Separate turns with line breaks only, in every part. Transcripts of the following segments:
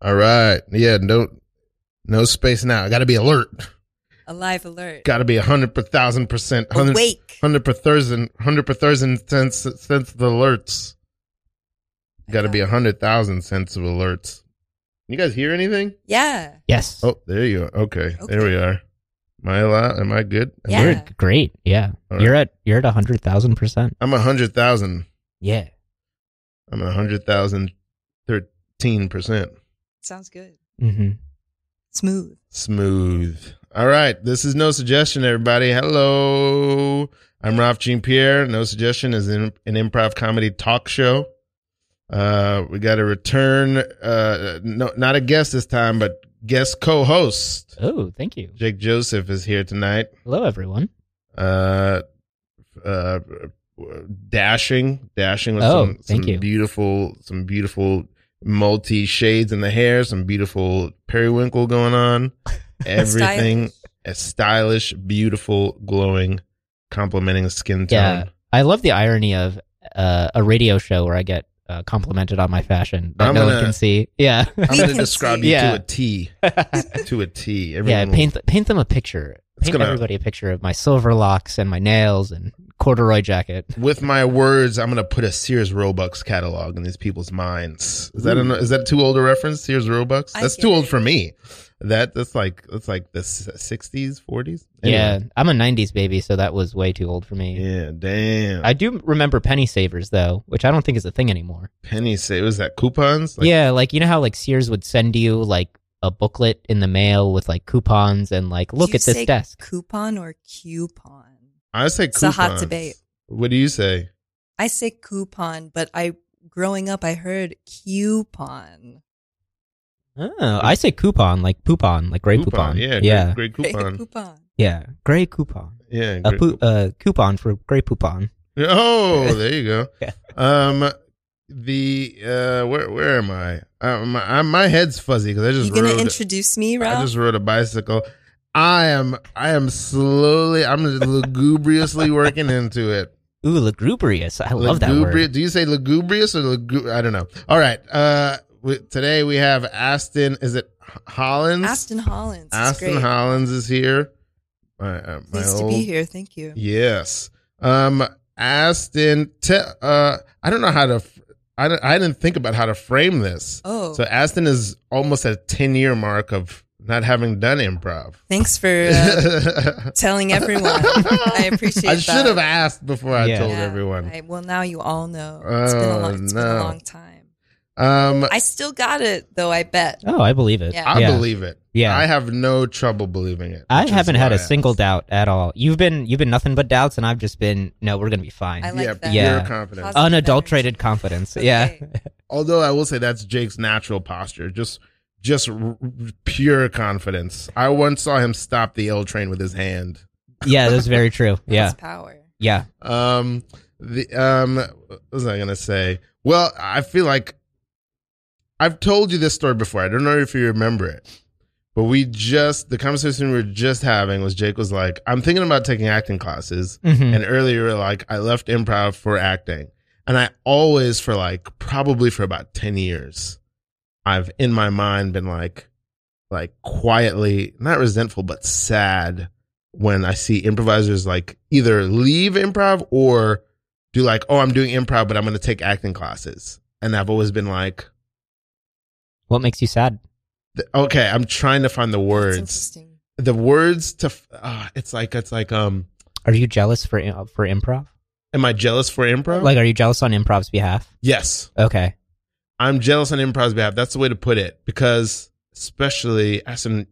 All right. Yeah. Don't no space now. I got to be alert.
A live alert.
Got to be a hundred per thousand percent.
Oh,
Hundred,
Awake.
Hundred per thousand. Hundred per thousand sense sense of alerts. Got to be a hundred thousand sense of alerts. You guys hear anything?
Yeah.
Yes.
Oh, there you are. Okay, there we are. Am I allowed? Am I good? Am I-
Yeah.
You're great. Yeah.
All
You're at you're at a hundred thousand percent.
I'm a hundred thousand.
Yeah.
I'm a hundred thousand thirteen percent
Sounds good.
Mm-hmm.
Smooth.
smooth. All right, this is no suggestion, everybody. Hello, I'm Ralph Jean Pierre. No suggestion is in, an improv comedy talk show. Uh, we got a return. Uh, no, not a guest this time, but guest co-host
Oh, thank you.
Jake Joseph is here tonight.
Hello, everyone.
uh, uh, dashing, dashing with
Oh,
some,
thank
some
you.
beautiful, some beautiful multi shades in the hair, some beautiful periwinkle going on. Everything a stylish, beautiful, glowing, complimenting the skin tone.
Yeah. I love the irony of uh, a radio show where I get uh, complimented on my fashion that
I'm
no
gonna-
one can see. Yeah.
I'm
We
going to
can
describe
see.
you
Yeah.
to a T, to a T.
yeah.
Everyone
Paint th- paint them a picture.
It's
Paint
gonna-
everybody a picture of my silver locks and my nails and corduroy jacket.
with my words, I'm going to put a Sears Robux catalog in these people's minds. Is that an, is that too old a reference? Sears Robux?
I
That's
get
too old
it.
for me. That that's like that's like the s- 60s, 40s.
Yeah.
Anyway.
I'm a '90s baby, so that was way too old for me.
yeah. Damn.
I do remember penny savers though, which I don't think is a thing anymore.
Penny say was that coupons? Like,
yeah, like you know how like Sears would send you like a booklet in the mail with like coupons and like look
Do you
at this
say
desk.
Coupon or coupon?
I say
It's
coupons.
a hot debate.
What do you say?
I say coupon, but I growing up I heard coupon.
Oh, I say coupon, like poupon, like gray
Coupon.
coupon.
Yeah.
yeah,
Great, great coupon.
coupon.
yeah, gray coupon.
Yeah.
A
great
pou- uh, coupon for gray poupon.
Oh, there you go.
Yeah.
Um, the uh, where where am I? Uh, my, I- my head's fuzzy because I just
You gonna
rode-
introduce me, Ralph?
I just rode a bicycle. I am I am slowly I'm lugubriously working into it.
Ooh, lugubrious. I love that
Lugubri-
word.
Do you say lugubrious or lugu- I don't know. All right. Uh we, today we have Aston is it H- Hollins?
Aston Hollins. It's
Aston
great.
Hollins is here. My, uh, my
Pleased to
old-
be here. Thank you.
Yes. Um, Aston, te- uh, I don't know how to, f- I, don't- I didn't think about how to frame this.
Oh,
So Aston is almost at a 10 year mark of not having done improv.
thanks for uh, telling everyone. I appreciate
I
that.
should have asked before I
Yeah.
told
Yeah.
everyone.
I- well, now you all know. It's been a
Oh,
long, it's been a
no.
long time.
Um,
I still got it though. I bet.
Oh, I believe it.
Yeah.
I
yeah.
believe it.
Yeah.
I have no trouble believing it.
I
which is
haven't had
why
a
I
single
asked.
doubt at all. You've been you've been nothing but doubts, and I've just been no, we're gonna be fine.
I like
yeah,
that.
pure
Yeah.
confidence.
Positive
Unadulterated confidence. Yeah.
Okay.
Although I will say that's Jake's natural posture. Just just r- r- pure confidence. I once saw him stop the L train with his hand.
yeah, that's very true. Yeah.
That's power.
Yeah.
Um the um what was I going to say? Well, I feel like I've told you this story before. I don't know if you remember it. But we just the conversation we were just having was Jake was like, "I'm thinking about taking acting classes."
Mhm.
Mm-hmm.
and earlier like i left improv for acting and i always for like probably for about 10 years i've in my mind been like like quietly not resentful but sad when i see improvisers like either leave improv or do like oh i'm doing improv but i'm going to take acting classes and i've always been like
What makes you sad?
th- okay i'm trying to find the
That's
words
interesting.
the words to f- uh, it's like it's like um
Are you jealous for uh, for improv?
am i jealous for improv
Like, are you jealous on improv's behalf?
yes
Okay.
I'm jealous on improv's behalf. That's the way to put it. Because especially as an,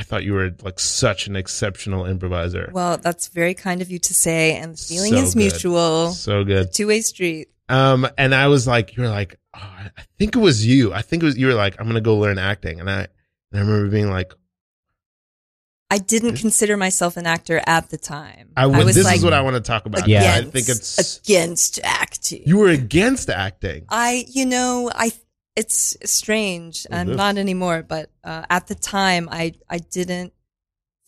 I thought you were like such an exceptional improviser.
Well, that's very kind of you to say, and the feeling
So
is
good.
mutual.
so good.
Two way street.
Um, and I was like, you were like, oh, I I think it was you. I think it was you were like, I'm gonna go learn acting, and I, and I remember being like,
I didn't
This-
consider myself an actor at the time.
I would.
was
this
like Uh,
is what I want to talk about.
Yeah.
Yeah, I
against,
think it's
against acting.
you were against acting.
I, you know, I. It's strange,
What is
and
this?
not anymore. But uh, at the time, I I didn't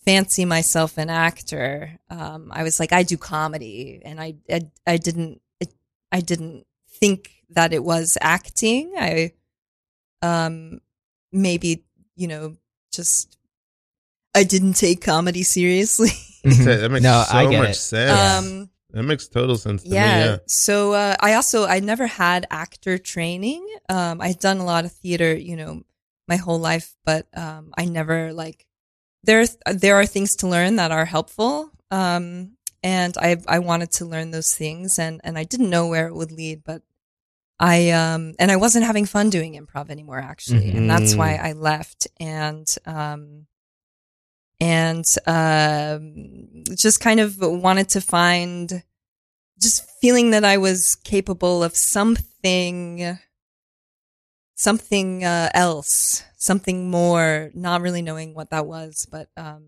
fancy myself an actor. Um, I was like, I do comedy, and I I, I didn't it, I didn't think that it was acting. I um, maybe you know, just I didn't take comedy seriously.
That, that makes
Mm-hmm. No,
so
I get
much
it.
sense.
Um,
that makes total sense to
yeah.
me. Yeah.
So uh, I also I never had actor training. Um, I'd done a lot of theater, you know, my whole life, but um, I never like there. There are things to learn that are helpful, um, and I I wanted to learn those things, and and I didn't know where it would lead, but I um and I wasn't having fun doing improv anymore actually, and that's
Mhm.
why I left and um and um just kind of wanted to find just feeling that I was capable of something something uh, else, something more, not really knowing what that was, but um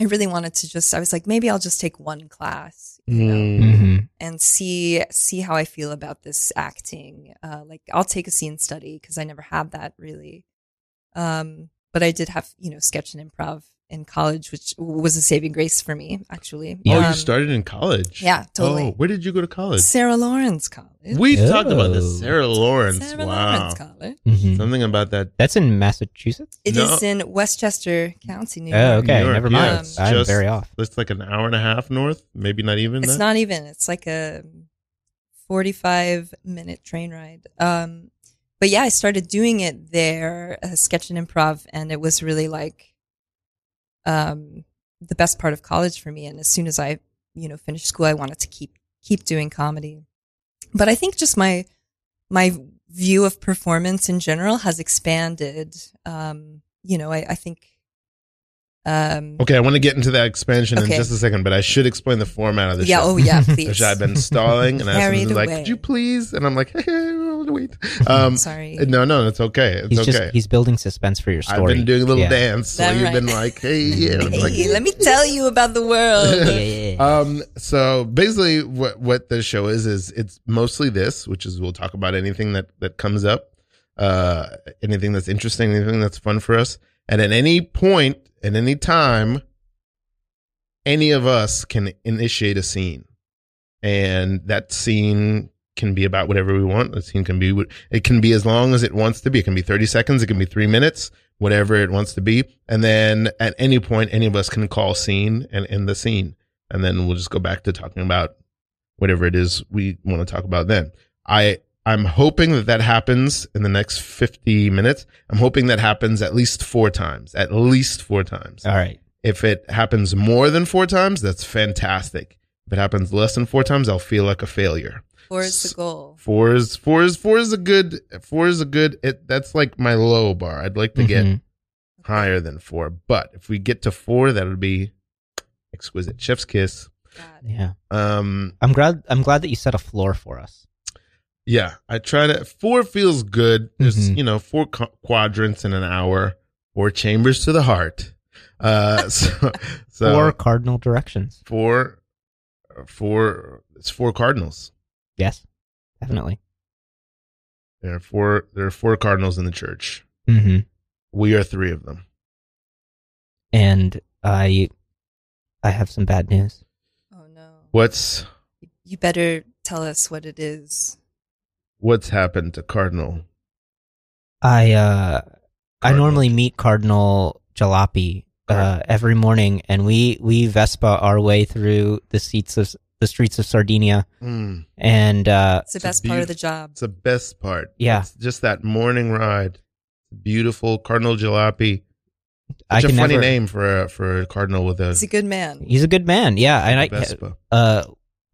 I really wanted to just I was like maybe I'll just take one class, you know
Mm.
Mhm.
and see see how I feel about this acting. Uh, like I'll take a scene study because I never had that really. Um, but I did have you know sketch and improv in college, which was a saving grace for me actually.
Oh,
Um,
you started in college.
yeah, totally.
Oh, where did you go to college?
Sarah Lawrence College.
We
Oh.
talked about this. Sarah Lawrence.
Sarah
wow.
Lawrence Mm-hmm. College.
Mhm.
Something about that.
That's in Massachusetts.
It is
No.
in Westchester County, New York.
Oh, okay.
New York,
Never
yeah,
mind.
it's
I'm
just-
very off.
That's like an hour and a half north. Maybe not even.
It's
that.
not even. It's like a forty-five minute train ride. Um, but yeah, I started doing it there, uh, sketch and improv, and it was really like um, the best part of college for me. And as soon as I, you know, finished school, I wanted to keep keep doing comedy. But I think just my my view of performance in general has expanded. Um, you know, I, I think. Um,
Okay, I want to get into that expansion in
Okay.
just a second, but I should explain the format of the
yeah.
show.
Oh, yeah. Please.
Which I've been stalling, and I
Carried
was like,
away.
"Could you please?" And I'm like, "Hey, wait." Um,
Sorry.
no, no, it's okay. It's
He's
okay.
just he's building suspense for your story.
I've been doing a little
Yeah.
dance. So
That
you've
right.
been like, "Hey, yeah." and I'm like,
Hey, let me tell you about the world.
Yeah, yeah, yeah.
Um, so basically what what the show is is it's mostly this, which is we'll talk about anything that that comes up, uh anything that's interesting, anything that's fun for us. And at any point, at any time, any of us can initiate a scene. And that scene can be about whatever we want. The scene can be what- it can be as long as it wants to be. It can be 30 seconds, it can be 3 minutes, whatever it wants to be. And then at any point any of us can call scene and end the scene and then we'll just go back to talking about whatever it is we want to talk about then i i'm hoping that that happens in the next 50 minutes i'm hoping that happens at least four times at least four times
All right.
if it happens more than four times that's fantastic if it happens less than four times i'll feel like a failure
Four is the goal.
four is four is four is a good four is a good it, that's like my low bar i'd like to get
Mhm.
higher than four but if we get to four that would be exquisite chef's kiss
Got it.
Yeah.
um
I'm glad I'm glad that you set a floor for us.
Yeah, I try to. Four feels good. There's,
Mhm.
you know, four qu- quadrants in an hour, four chambers to the heart. Uh, so, so
Four cardinal directions.
four, four, it's four cardinals.
Yes. Definitely.
There are four, there are four cardinals in the church.
Mm-hmm.
We are three of them.
And I I have some bad news.
Oh no.
What's,
You better tell us what it is.
what's happened to Cardinal?
I uh I
Cardinal.
normally meet Cardinal Jalopy uh,
Cardinal.
every morning, and we we Vespa our way through the seats of the streets of Sardinia,
Mm,
and uh,
It's the
It's a
best part of the
beaut-
job.
it's the best part.
Yeah.
It's just that morning ride. Beautiful Cardinal Jalopy.
I
Such a
can
funny
never.
name for a, for a cardinal with
He's a
a,
good man.
uh, He's a good man, yeah, and I
Vespa.
uh,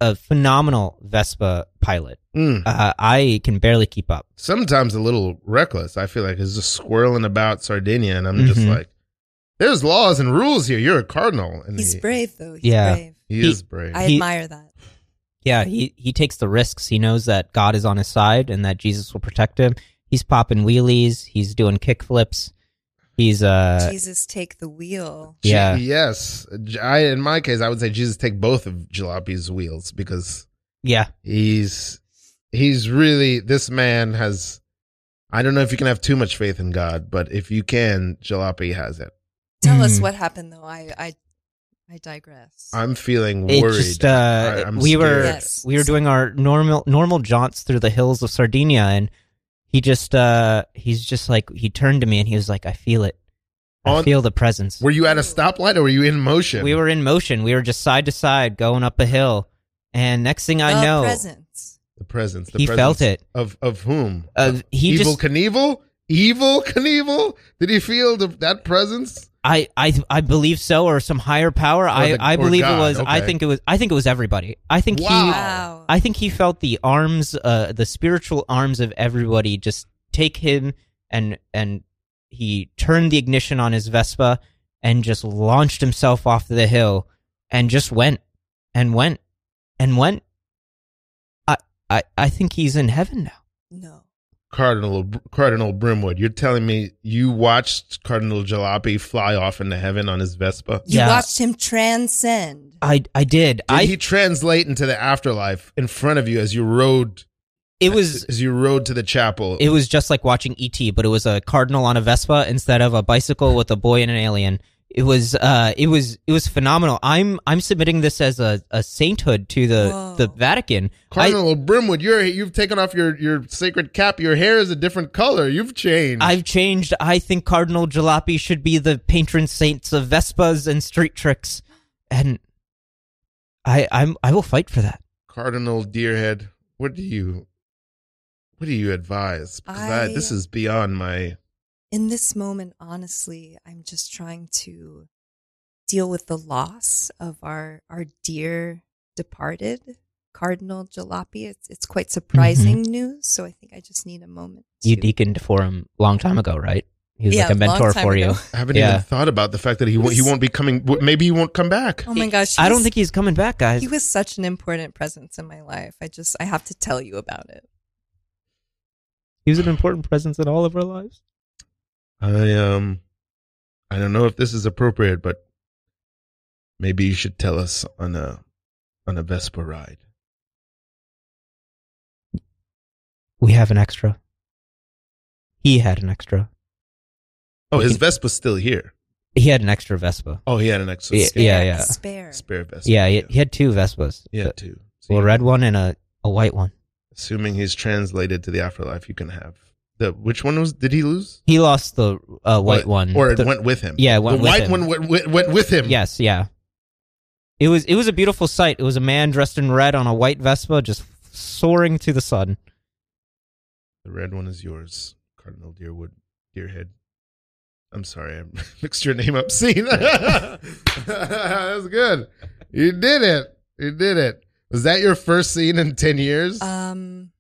a phenomenal Vespa pilot.
Mm.
Uh, I can barely keep up.
sometimes a little reckless. I feel like it's just swirling about Sardinia, and I'm just
Mhm.
like, "There's laws and rules here. You're a cardinal." And
He's
he,
brave though. He's
Yeah.
brave.
He,
He-
is brave.
I
He-
admire that.
Yeah, he he takes the risks. He knows that God is on his side and that Jesus will protect him. He's popping wheelies. He's doing kickflips. He's uh
Jesus take the wheel.
Je-
yeah.
Yes. J- I, in my case, I would say Jesus take both of Jalopy's wheels because
yeah
he's he's really this man has. I don't know if you can have too much faith in God, but if you can, Jalopy has it.
Tell us
Mm.
what happened though. I I, I digress.
I'm feeling
It
worried.
just, uh,
I- I'm
we were
scared.
Yes.
we were doing our normal normal jaunts through the hills of Sardinia, and he just uh he's just like he turned to me and he was like, I feel it. I
On-
feel the presence.
Were you at a stoplight or were you in motion?
We were in motion. We were just side to side going up a hill. And next thing I
A
know,
presence.
the presence. The
he
presence
felt it.
of of whom?
Uh, he
Evil
just
Knievel? Evil Knievel? Did he feel the, that presence?
I, I I believe so or some higher power. I,
Oh, the-
I
or
believe
God,
it was I
okay.
think it was I think it was everybody. I think he
Wow.
Wow.
I think he felt the arms, uh, the spiritual arms of everybody just take him and and he turned the ignition on his Vespa and just launched himself off the hill and just went and went and went. I I I think he's in heaven now.
no.
Cardinal Cardinal Brimwood, you're telling me you watched Cardinal Jalopy fly off into heaven on his Vespa?
You
Yeah.
watched him transcend.
I I did.
Did
I
he translate into the afterlife in front of you as you rode
it was
as you rode to the chapel?
it was just like watching ET, but it was a cardinal on a Vespa instead of a bicycle with a boy and an alien. It was uh it was it was phenomenal. I'm I'm submitting this as a, a sainthood to the
Whoa.
the Vatican. I,
Cardinal Brimwood, you're you've taken off your your sacred cap. Your hair is a different color. You've changed.
I've changed. I think Cardinal Jalopy should be the patron saints of Vespas and street tricks, and I I'm I will fight for that.
Cardinal Deerhead, what do you what do you advise? Because I,
I-
this is beyond my
in this moment, honestly, I'm just trying to deal with the loss of our our dear departed Cardinal Jalopy. It's it's quite surprising news, so I think I just need a moment. To,
Mm-hmm. You deaconed for him long time ago, right? He was
Yeah,
like a
long
mentor
time
for
ago. Oh
you.
I haven't
Yeah.
even thought about the fact that he won't he
This-
won't be coming w- maybe he won't come back.
Oh my gosh!
I
he
don't
was-
think he's coming back, guys.
he was such an important presence in my life. I just I have to tell you about it.
he was an important presence in all of our lives.
I um I don't know if this is appropriate, but maybe you should tell us on a on a Vespa ride.
We have an extra. He had an extra.
Oh,
We
his
can-
Vespa's still here.
He had an extra Vespa.
Oh, he had an extra
Yeah,
spare,
yeah, yeah.
Spare.
spare Vespa.
Yeah, he, he had two Vespas.
yeah, too.
a red one and a, a white one.
Assuming he's translated to the afterlife, you can have the which one was did he lose?
He lost the uh, white
Or-
one.
or it
The-
went with him.
Yeah, it went
the
with
white
him.
one went, went, went with him.
Yes, yeah. It was it was a beautiful sight. It was a man dressed in red on a white Vespa, just soaring to the sun.
the red one is yours, Cardinal Deerwood Deerhead. I'm sorry, I mixed your name up. See, that's good. You did it. You did it. Was that your first scene in ten years?
Um,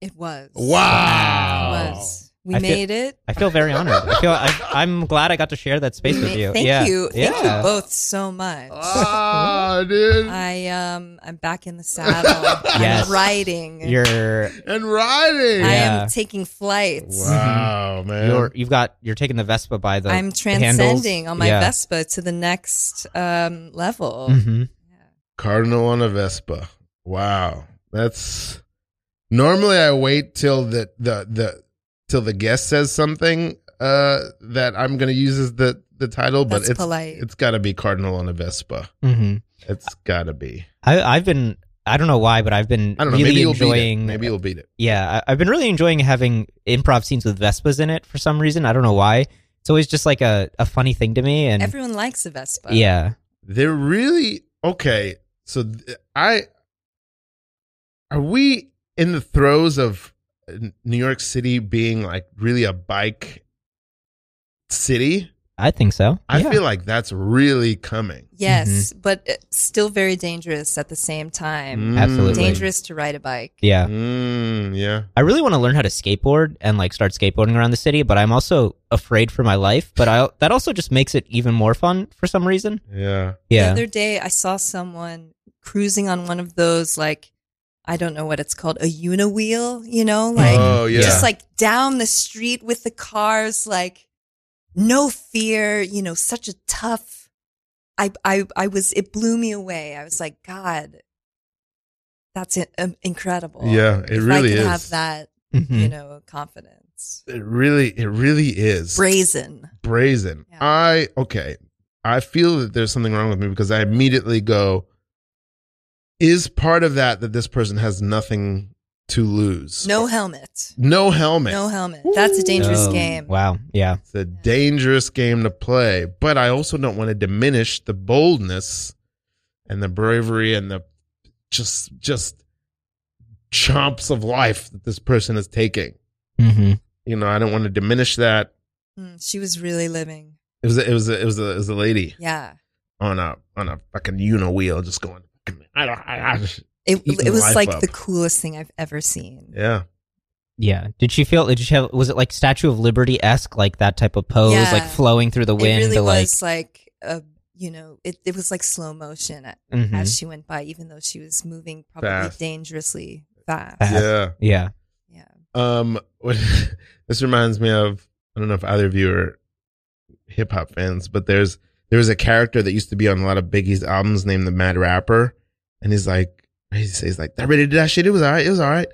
it was.
Wow.
It was. We
I feel-
made it.
I feel very honored. I feel I, I'm glad I got to share that space
We
with
made-
you.
Thank
yeah.
you. Thank
yeah.
you both so much.
Ah, dude,
I um I'm back in the saddle.
Yes.
I'm riding.
You're
and
I
riding.
Yeah.
am taking flights.
Wow, man.
you're you've got you're taking the Vespa by the
I'm transcending on my Vespa to the next um level.
hmm
Cardinal on a Vespa. Wow, that's normally I wait till the the the till the guest says something uh that I'm gonna use as the the title, but
That's
it's
polite.
it's gotta be Cardinal on a Vespa.
hmm
It's gotta be.
I, I've been I don't know why, but I've been
I don't know.
really
maybe you'll beat
enjoying
it. Maybe you'll beat it.
Yeah, I, I've been really enjoying having improv scenes with Vespas in it for some reason. I don't know why. It's always just like a, a funny thing to me. And
Everyone likes a Vespa.
yeah,
They're really okay. So th- I are we in the throes of N- New York City being like really a bike city?
I think so.
I
yeah.
feel like that's really coming.
Yes,
Mm-hmm.
but uh, still very dangerous at the same time.
Mm.
Absolutely.
Dangerous to ride a bike.
Yeah.
Mm, yeah.
I really want to learn how to skateboard and like start skateboarding around the city, but I'm also afraid for my life. But I that also just makes it even more fun for some reason.
Yeah.
The
Yeah.
other day, I saw someone cruising on one of those, like, I don't know what it's called, a uniwheel, you know, like
oh, yeah.
just like down the street with the cars, like no fear, you know, such a tough. I, I, I was, it blew me away. I was like, God, that's in, um, incredible.
Yeah, it
If
really
I could
is. Hmm.
have that,
Mhm.
you know, confidence.
it really, it really is
Brazen.
brazen.
Yeah.
I, okay. I feel that there's something wrong with me because I immediately go, is part of that that this person has nothing to lose.
No helmet.
No helmet.
No helmet. That's a dangerous
Oh,
game.
Wow. Yeah.
It's a dangerous game to play, but I also don't want to diminish the boldness and the bravery and the just just chomps of life that this person is taking.
Mm-hmm.
You know, I don't want to diminish that.
Mm, she was really living.
It was a, it was a, it was a, it was a lady
Yeah.
on a on a fucking Uno wheel just going. I don't. I, I,
It,
Eating
it was
life
like
up.
the coolest thing I've ever seen.
yeah.
Yeah. Did she feel? Did she have? Was it like Statue of Liberty esque, like that type of pose,
Yeah.
like flowing through the wind?
it really
to, like,
was like a, you know, it, it was like slow motion a-
Mhm.
as she went by, even though she was moving probably
Mm-hmm. Fast.
dangerously fast.
Fast.
Yeah.
yeah.
Yeah.
Um, what, this reminds me of I don't know if either of you are hip hop fans, but there's there was a character that used to be on a lot of Biggie's albums named the Mad Rapper, and he's like he says like that really did that shit. It was all right. It was all right.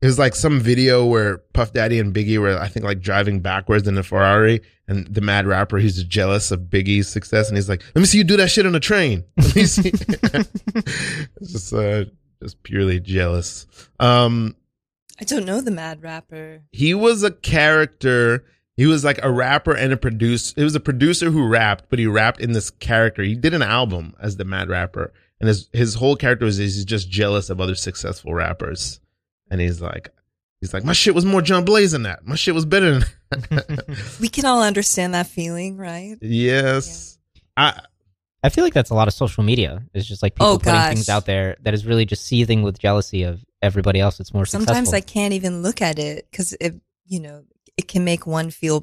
It was like some video where Puff Daddy and Biggie were I think like driving backwards in a Ferrari, and the Mad Rapper he's jealous of Biggie's success, and he's like, let me see you do that shit on a train. Let me see. it's just uh, just purely jealous. Um
I don't know the mad rapper.
he was a character. He was like a rapper and a producer. He was a producer who rapped, but he rapped in this character. He did an album as the Mad Rapper, and his his whole character is he's just jealous of other successful rappers, and he's like, he's like, my shit was more John Blaze than that. My shit was better than. That.
We can all understand that feeling, right?
yes, I
I feel like that's a lot of social media. It's just like people
Oh,
putting
gosh.
things out there that is really just seething with jealousy of everybody else that's more
Sometimes I
successful.
can't even look at it because it, you know, it can make one feel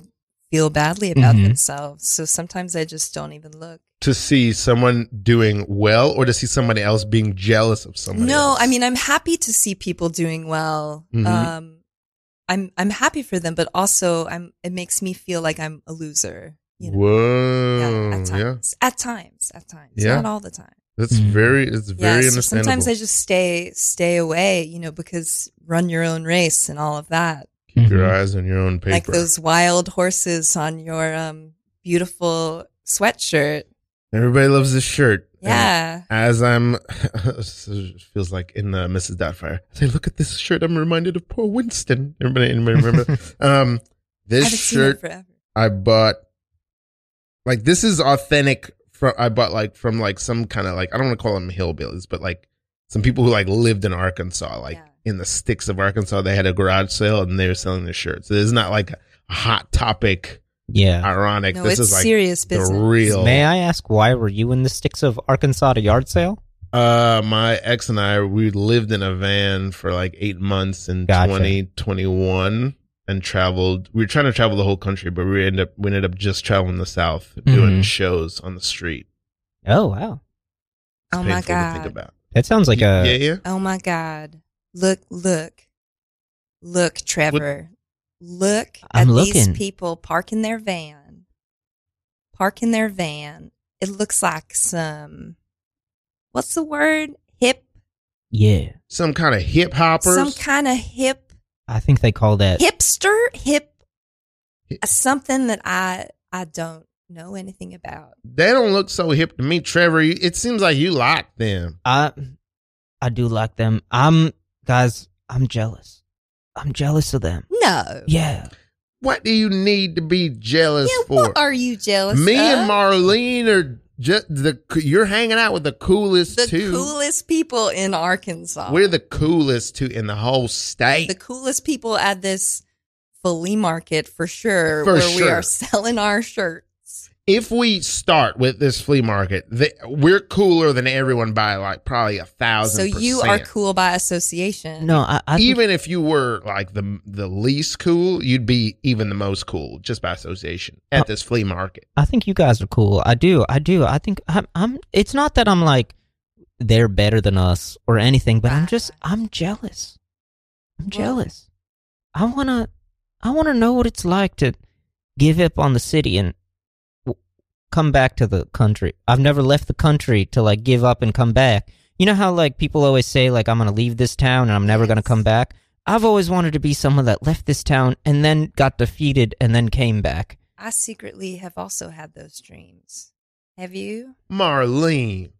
feel badly about
Mm-hmm.
Mhm.
themselves. So sometimes I just don't even look.
to see someone doing well, or to see somebody else being jealous of somebody.
no,
else.
I mean I'm happy to see people doing well.
Mhm.
Um, I'm I'm happy for them, but also I'm it makes me feel like I'm a loser. You know?
whoa,
Yeah, at
yeah,
times, at times, at times,
Yeah.
not all the time.
that's
Mhm.
very, it's very
yeah, so
understandable.
sometimes I just stay stay away, you know, because run your own race and all of that.
Keep your
Mhm.
eyes on your own paper.
like those wild horses on your um beautiful sweatshirt.
Everybody loves this shirt. And
Yeah.
as I'm, it feels like in uh, Mrs. Doubtfire. I say, look at this shirt. I'm reminded of poor Winston. Everybody, anybody remember? um,
I
this
haven't seen it
shirt
forever.
I bought. Like this is authentic. From I bought like from like some kind of like I don't want to call them hillbillies, but like some people who like lived in Arkansas, like
Yeah.
in the sticks of Arkansas. They had a garage sale and they were selling their shirts. So it's not like a hot topic,
yeah.
ironic.
no,
this
it's
is like
serious
the
business.
real.
May I ask why were you in the sticks of Arkansas at a yard sale?
Uh, my ex and I we lived in a van for like eight months in
Gotcha.
2021 and traveled. We were trying to travel the whole country, but we ended up we ended up just traveling the South, doing
Mhm.
shows on the street.
Oh wow,
Oh my
Painful to think
god.
about.
that sounds like
yeah,
a
yeah.
Oh my god. Look, look. Look, Trevor. Look
I'm
at these
looking.
people parking their van. Parking their van. It looks like some what's the word? Hip
yeah.
Some kind of hip hoppers.
some kind of hip
I think they call that
hipster hip uh,
Hip-
something that i i don't know anything about
they don't look so hip to me, Trevor. You- It seems like you like them.
I I do like them. I'm guys, I'm jealous. I'm jealous of them.
no
Yeah.
What do you need to be jealous
yeah
for?
what are you uh? jealous
me
of?
and Marlene are just the. You're hanging out with the coolest
the
two.
coolest people in arkansas
We're the coolest two in the whole state.
the coolest people at this flea market for sure
For
where we
sure.
are selling our shirts
if we start with this flea market, the, we're cooler than everyone by like probably a
so
thousand.
you are
percent.
cool by association
No, I, I think-
Even if you were like the the least cool, you'd be even the most cool just by association at this flea market.
I think you guys are cool. I do. I do. I think I'm. I'm. It's not that I'm like they're better than us or anything, but I'm just. I'm jealous. I'm
Ah. Well-
jealous. I wanna. I wanna know what it's like to give up on the city and w- come back to the country. I've never left the country to like give up and come back. You know how like people always say like I'm gonna leave this town and I'm never gonna
Yes.
come back. I've always wanted to be someone that left this town and then got defeated and then came back.
i secretly have also had those dreams have you
Marlene,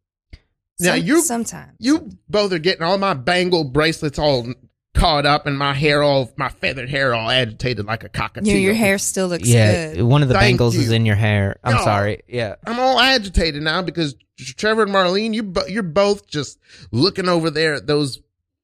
Now
Some-
you-
sometimes
you both are getting all my bangle bracelets all caught up and my hair all my feathered hair all agitated like a cockatoo.
Your, your hair still looks
yeah,
good.
one of the
Thank
bangles is
you.
in your hair. I'm
No.
sorry. Yeah.
I'm all agitated now because Trevor and Marlene, you bo- you're both just looking over there at those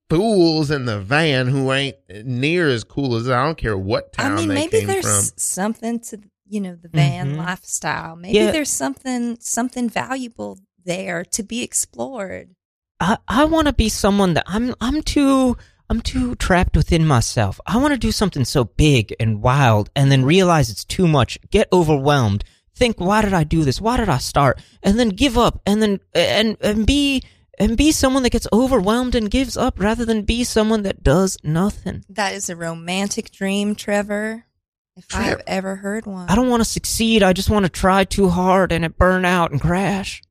fools in the van who ain't near as cool as I don't care what
I
town
mean,
they
maybe
came
there's
from.
something to you know the van
Mhm.
lifestyle. Maybe
Yeah.
there's something something valuable there to be explored.
I, I want to be someone that I'm I'm too I'm too trapped within myself. I want to do something so big and wild and then realize it's too much, get overwhelmed, think why did I do this? Why did I start? And then give up and then and and be and be someone that gets overwhelmed and gives up rather than be someone that does nothing.
That is a romantic dream, Trevor. If I've
Trevor-
ever heard one,
I don't want to succeed. I just want to try too hard and it burn out and crash.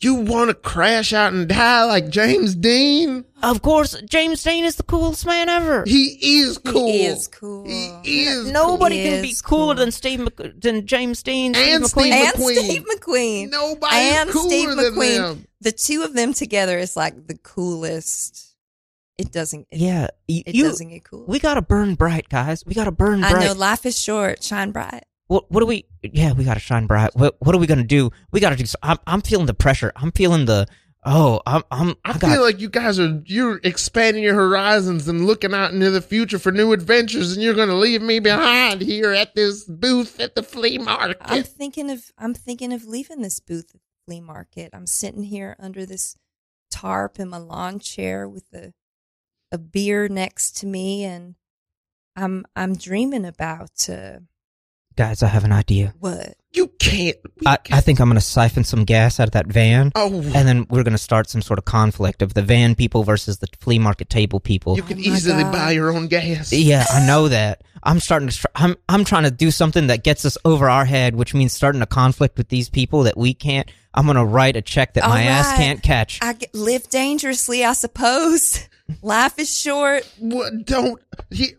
You want to crash out and die like James Dean?
Of course, James Dean is the coolest man ever.
He is cool.
He is cool.
He is
Nobody
He
can be
is cool.
cooler than Steve Mc- than James Dean.
And
Steve McQueen.
Steve
and
McQueen.
Steve McQueen.
Nobody's
and
cooler
Steve
than
McQueen.
them.
The two of them together is like the coolest. It doesn't. It,
Yeah, y-
it
you.
doesn't get cool.
We gotta burn bright, guys. We gotta burn
I know
bright.
life is short. Shine bright.
What what do we? Yeah, we gotta shine bright. What what are we gonna do? We gotta do. s- I'm I'm feeling the pressure. I'm feeling the. Oh, I'm I'm.
I,
I, got.
feel like you guys are you're expanding your horizons and looking out into the future for new adventures, and you're going to leave me behind here at this booth at the flea market.
I'm thinking of. I'm thinking of leaving this booth at the flea market. I'm sitting here under this tarp in my lawn chair with a a beer next to me, and I'm I'm dreaming about uh,
guys, I have an idea.
what
you can't. we
I, I
can't-
think I'm gonna siphon some gas out of that van.
oh,
And then we're gonna start some sort of conflict of the van people versus the flea market table people.
you can
my
easily
God.
buy your own gas.
Oh Yeah, I know that. I'm starting to. Tr- I'm I'm trying to do something that gets us over our head, which means starting a conflict with these people that we can't. I'm gonna write a check that my
All
ass
right.
can't catch.
I g- live dangerously, I suppose. Life is short.
What, don't. He,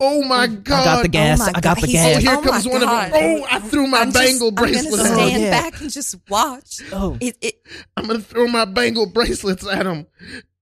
oh my God.
I got the gas.
Oh my
I got the
God,
Oh,
he's-
gas.
here
Oh my
comes one
God.
of them. Oh, I threw my
I'm just-
bangle bracelet
I'm
at
gonna
him.
stand
Yeah.
back and just watch.
Oh.
It, it,
I'm gonna throw my bangle bracelets at him.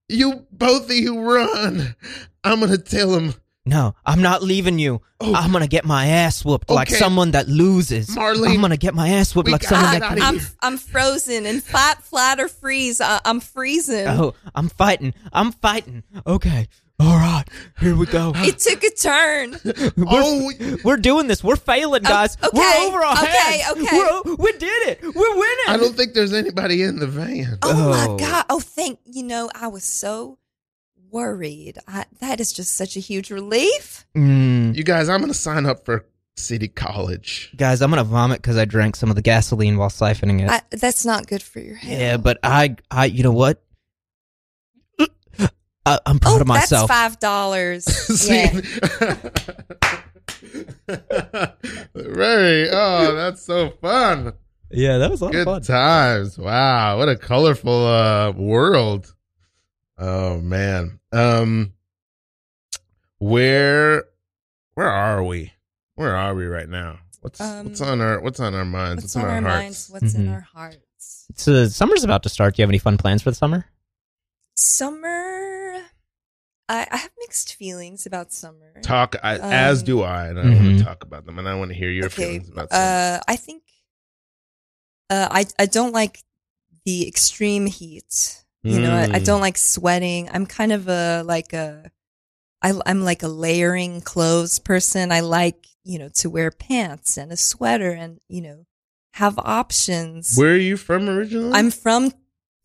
You both of you run. I'm gonna tell him,
No, I'm not leaving you.
Oh.
I'm gonna get my ass whooped like
Okay.
someone that loses.
Marlene,
I'm gonna get my ass whooped
we
like
got
someone
it
that.
outta
can-
I'm,
here.
I'm frozen and fight, flight, or freeze. I, I'm freezing.
Oh, I'm fighting. I'm fighting. Okay. All right. Here we go.
It took a turn.
We're,
Oh.
we're doing this. We're failing, guys.
okay,
We're over our
okay,
heads.
okay.
We're o- we did it. We're winning.
I don't think there's anybody in the van.
Oh,
Oh.
my God. Oh, thank you. know, I was so worried. I, that is just such a huge relief.
Mm.
You guys, I'm gonna sign up for City College.
Guys, I'm gonna vomit because I drank some of the gasoline while siphoning it.
I, that's not good for your head.
yeah, but I, I, you know what? I, I'm proud
Oh,
of
that's
myself.
five dollars.
See?
yeah. Very.
Oh, that's so fun.
Yeah, that was a lot
Good times. Wow, what a colorful uh, world. Oh man. Um where where are we? Where are we right now? What's
Um,
what's on our what's on our minds?
What's on our minds?
hearts?
What's in
Mhm.
our hearts?
So summer's about to start. Do you have any fun plans for the summer?
summer I, I have mixed feelings about summer
Talk I, as
Um,
do I, and I want
Mhm.
to talk about them, and I want to hear your feelings about them.
uh i think uh i i don't like the extreme heat you know I, I
Mm.
don't like sweating i'm kind of a like a I, i'm like a layering clothes person i like you know to wear pants and a sweater and you know have options
Where are you from originally?
i'm from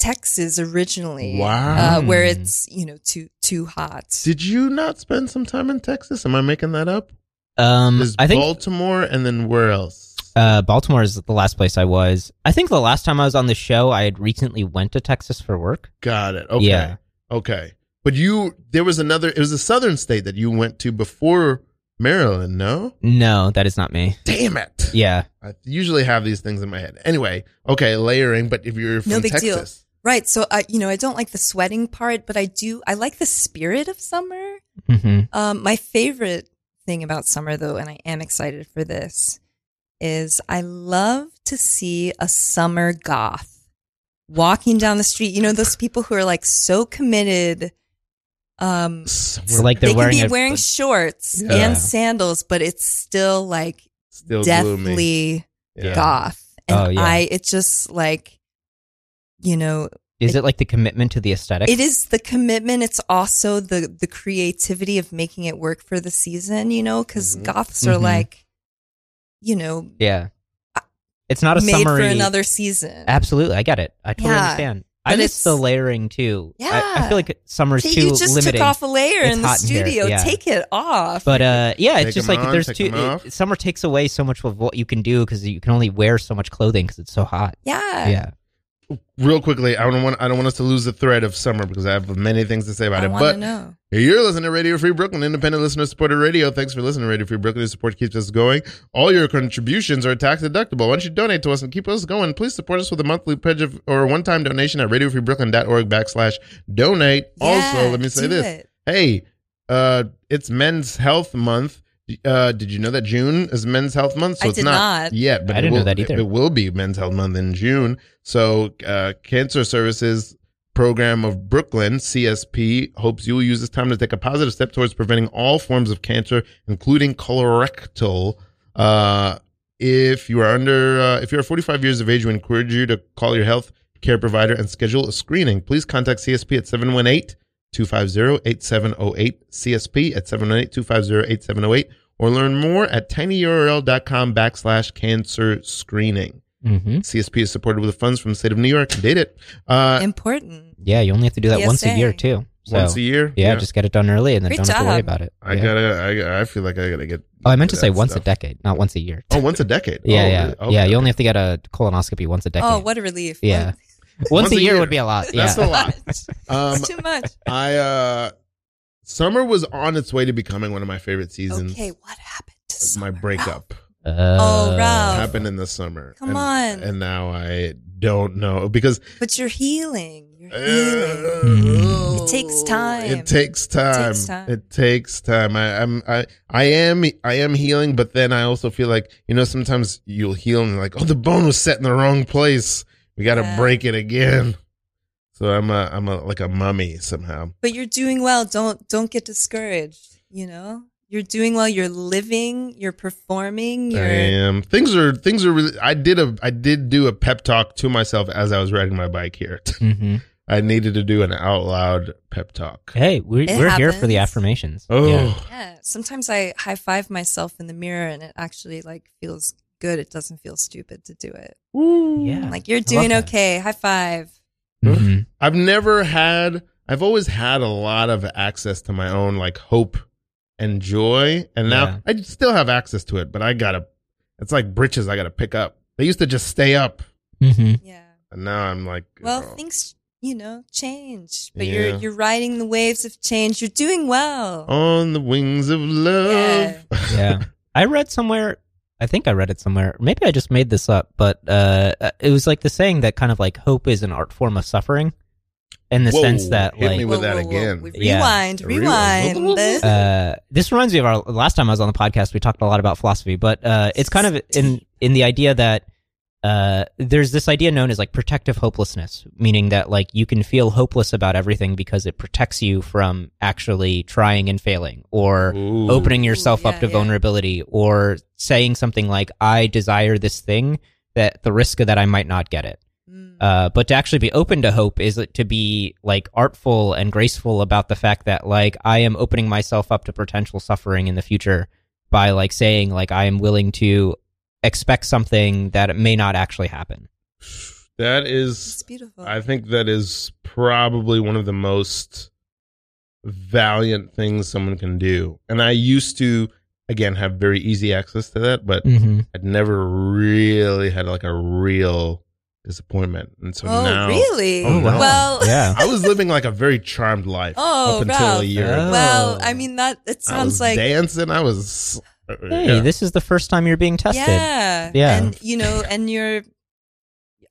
texas originally
Wow.
uh, where
Mm.
it's you know too too hot
Did you not spend some time in Texas? Am I making that up?
Um,
There's
I think
Baltimore, and then where else?
uh, Baltimore is the last place I was. I think the last time I was on the show, I had recently went to Texas for work.
Got it. Okay.
Yeah.
Okay. But you, there was another, it was a southern state that you went to before Maryland, no?
No, that is not me.
Damn it.
Yeah,
I usually have these things in my head. Anyway, okay, layering, but if you're from
No big deal.
Texas,
Right. So, I, you know, I don't like the sweating part, but I do, I like the spirit of summer.
hmm
Um, my favorite thing about summer, though, and I am excited for this, is I love to see a summer goth walking down the street. You know, those people who are like so committed Um,
Somewhere
like They're
they can
wearing
be
a-
wearing shorts
Yeah.
and sandals, but it's still like
still gloomy.
deathly
Yeah.
goth. And
Oh, yeah.
I, it's just like, you know,
Is it like the commitment to the aesthetic?
it is the commitment. It's also the the creativity of making it work for the season. You know, because
Mhm.
goths are
Mhm.
like, you know,
Yeah. It's not a
made
summary.
for another season.
Absolutely, I get it. I totally
Yeah,
understand. I
but
miss the
it's-
layering too. I, I
Yeah.
feel like summer's
Okay,
too
you just
limiting.
took off a layer
It's
in the
hot in here,
studio.
yeah.
Take it off.
but uh, yeah, it's
Take
just
'em
like
on,
there's
take
two.
'em off.
It, summer takes away so much of what you can do because you can only wear so much clothing because it's so hot.
yeah.
Yeah,
Real quickly, I don't want I don't want us to lose the thread of summer because I have many things to say about
I
it.
want
But
to know.
You're listening to Radio Free Brooklyn, independent listener supported radio. Thanks for listening to Radio Free Brooklyn. Your support keeps us going. All your contributions are tax deductible. Once you donate to us and keep us going, please support us with a monthly pledge of, or one time donation at radiofreebrooklyn.org backslash donate.
Yeah,
also, let me say
do
this.
it.
Hey, uh, it's Men's Health Month. Uh, did you know that June is Men's Health Month?
I
it's
did not.
yet, but
I
it
didn't know
will-
that either.
It will be Men's Health Month in June. So, uh, Cancer Services Program of Brooklyn (CSP) hopes you will use this time to take a positive step towards preventing all forms of cancer, including colorectal. Uh, if you are under, uh, if you are 45 years of age, we encourage you to call your health care provider and schedule a screening. Please contact CSP at 718 250 8708, CSP at 718 250 8708, or learn more at tinyurl.com backslash cancer screening.
mm-hmm.
CSP is supported with funds from the state of New York. Date it. Uh,
Important.
yeah. You only have to do that once a
PSA.
year too. So
once a year.
yeah, just get it done early and then
Great
don't have to worry
job.
about it.
I
Yeah.
gotta, I, I feel like I gotta get.
Oh, I meant to
that
say once
stuff.
a decade, not once a year.
Oh, once a decade. Oh,
yeah, yeah,
really? Okay,
yeah. You
okay.
only have to get a colonoscopy once a decade.
Oh, what a relief.
Yeah. once,
Once
a,
a
year,
year.
would be a lot.
That's
yeah.
a lot. Um,
It's too much.
I uh summer was on its way to becoming one of my favorite seasons.
Okay, what happened to
my
summer?
breakup
Uh,
Oh, Ralph.
happened in the summer.
Come
and,
on.
And now I don't know because
But you're healing. You're healing.
it
takes time.
Mm. It takes time.
takes time.
It takes time. I, I'm I I am I am healing, but then I also feel like you know sometimes you'll heal and you're like oh the bone was set in the wrong place. We got to
Yeah.
break it again. So I'm a I'm a like a mummy somehow.
But you're doing well. Don't don't get discouraged, you know? You're doing well. You're living, you're performing,
I
you're
am. Things are things are. Really, I did a I did do a pep talk to myself as I was riding my bike here.
hmm
I needed to do an out loud pep talk.
Hey, we're,
It
we're here for the
happens.
affirmations.
Oh,
Yeah.
Yeah. Sometimes I high five myself in the mirror and it actually like feels good. It doesn't feel stupid to do it.
Yeah.
I'm like you're
love
doing
that.
okay. High five.
Mhm.
I've never had. I've always had a lot of access to my own like hope and joy, and now
Yeah.
I still have access to it. But I gotta. It's like britches. I gotta pick up. They used to just stay up,
Mhm.
Yeah.
and now I'm like.
Well,
oh.
things you know change, but
Yeah. Oh,
you're you're riding the waves of change. You're doing well.
on the wings of love.
yeah. I read somewhere, I think I read it somewhere. Maybe I just made this up, but uh, it was like the saying that kind of like hope is an art form of suffering in the
Whoa,
sense that
hit me
like.
with- that again.
We-
Yeah.
Rewind,
Rewind.
rewind. this.
Uh, this reminds me of our last time I was on the podcast. We talked a lot about philosophy, but uh, it's kind of in in the idea that uh, there's this idea known as like protective hopelessness, meaning that like you can feel hopeless about everything because it protects you from actually trying and failing, or
Ooh.
opening
Ooh,
yourself up
yeah,
to
yeah.
vulnerability or saying something like i desire this thing that the risk of that i might not get it
Mm.
uh, but to actually be open to hope is to be like artful and graceful about the fact that like i am opening myself up to potential suffering in the future by like saying like i am willing to expect something that it may not actually happen
That is
it's beautiful.
I think that is probably one of the most valiant things someone can do. And I used to, again, have very easy access to that, but
mm-hmm.
I'd never really had like a real disappointment. And so
oh,
now
really?
Oh, wow.
Well,
yeah
I was living like a very charmed life
Oh,
up until
Ralph.
a year
Oh.
ago.
well, I mean that. It
I was
sounds like
dancing. I was. uh,
hey
yeah.
this is the first time you're being tested
yeah,
Yeah.
and you know, and you're.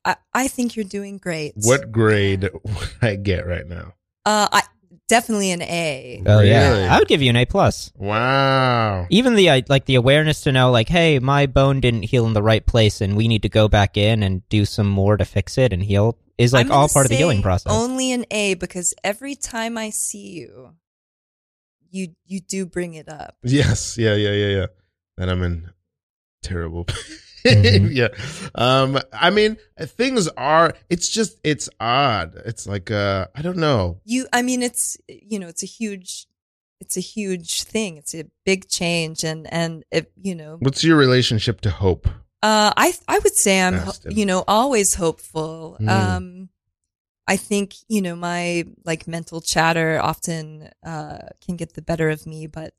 I, I think you're doing great.
what grade would I get right now?
Uh, I definitely an A.
oh
Really?
yeah i would give you an a plus
Wow.
even the uh, like the awareness to know like hey my bone didn't heal in the right place and we need to go back in and do some more to fix it and heal is like
I'm
all
gonna
part of the
say
healing process
Only an A because every time I see you, you you do bring it up.
Yes. Yeah. Yeah. Yeah. Yeah. That I'm in terrible.
Mhm.
yeah. Um. I mean, things are. It's just. It's odd. It's like. Uh. I don't know.
You I mean it's you know, it's a huge it's a huge thing. It's a big change and and it, you know,
What's your relationship to hope?
Uh, I I would say I'm
Asked him.
you know always hopeful.
Mm.
Um, I think you know my like mental chatter often uh, can get the better of me, but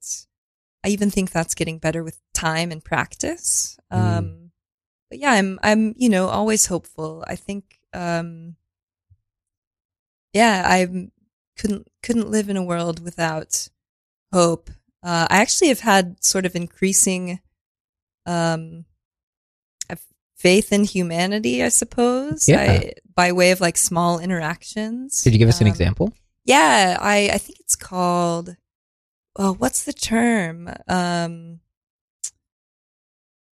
I even think that's getting better with time and practice. Um, But yeah, I'm I'm you know always hopeful. I think um, yeah, I couldn't couldn't live in a world without hope. Uh, I actually have had sort of increasing um, I've- faith in humanity, I suppose,
Yeah.
I, by way of like small interactions.
Did you give us an
Um,
example?
Yeah, I, I think it's called. Oh, what's the term? Um,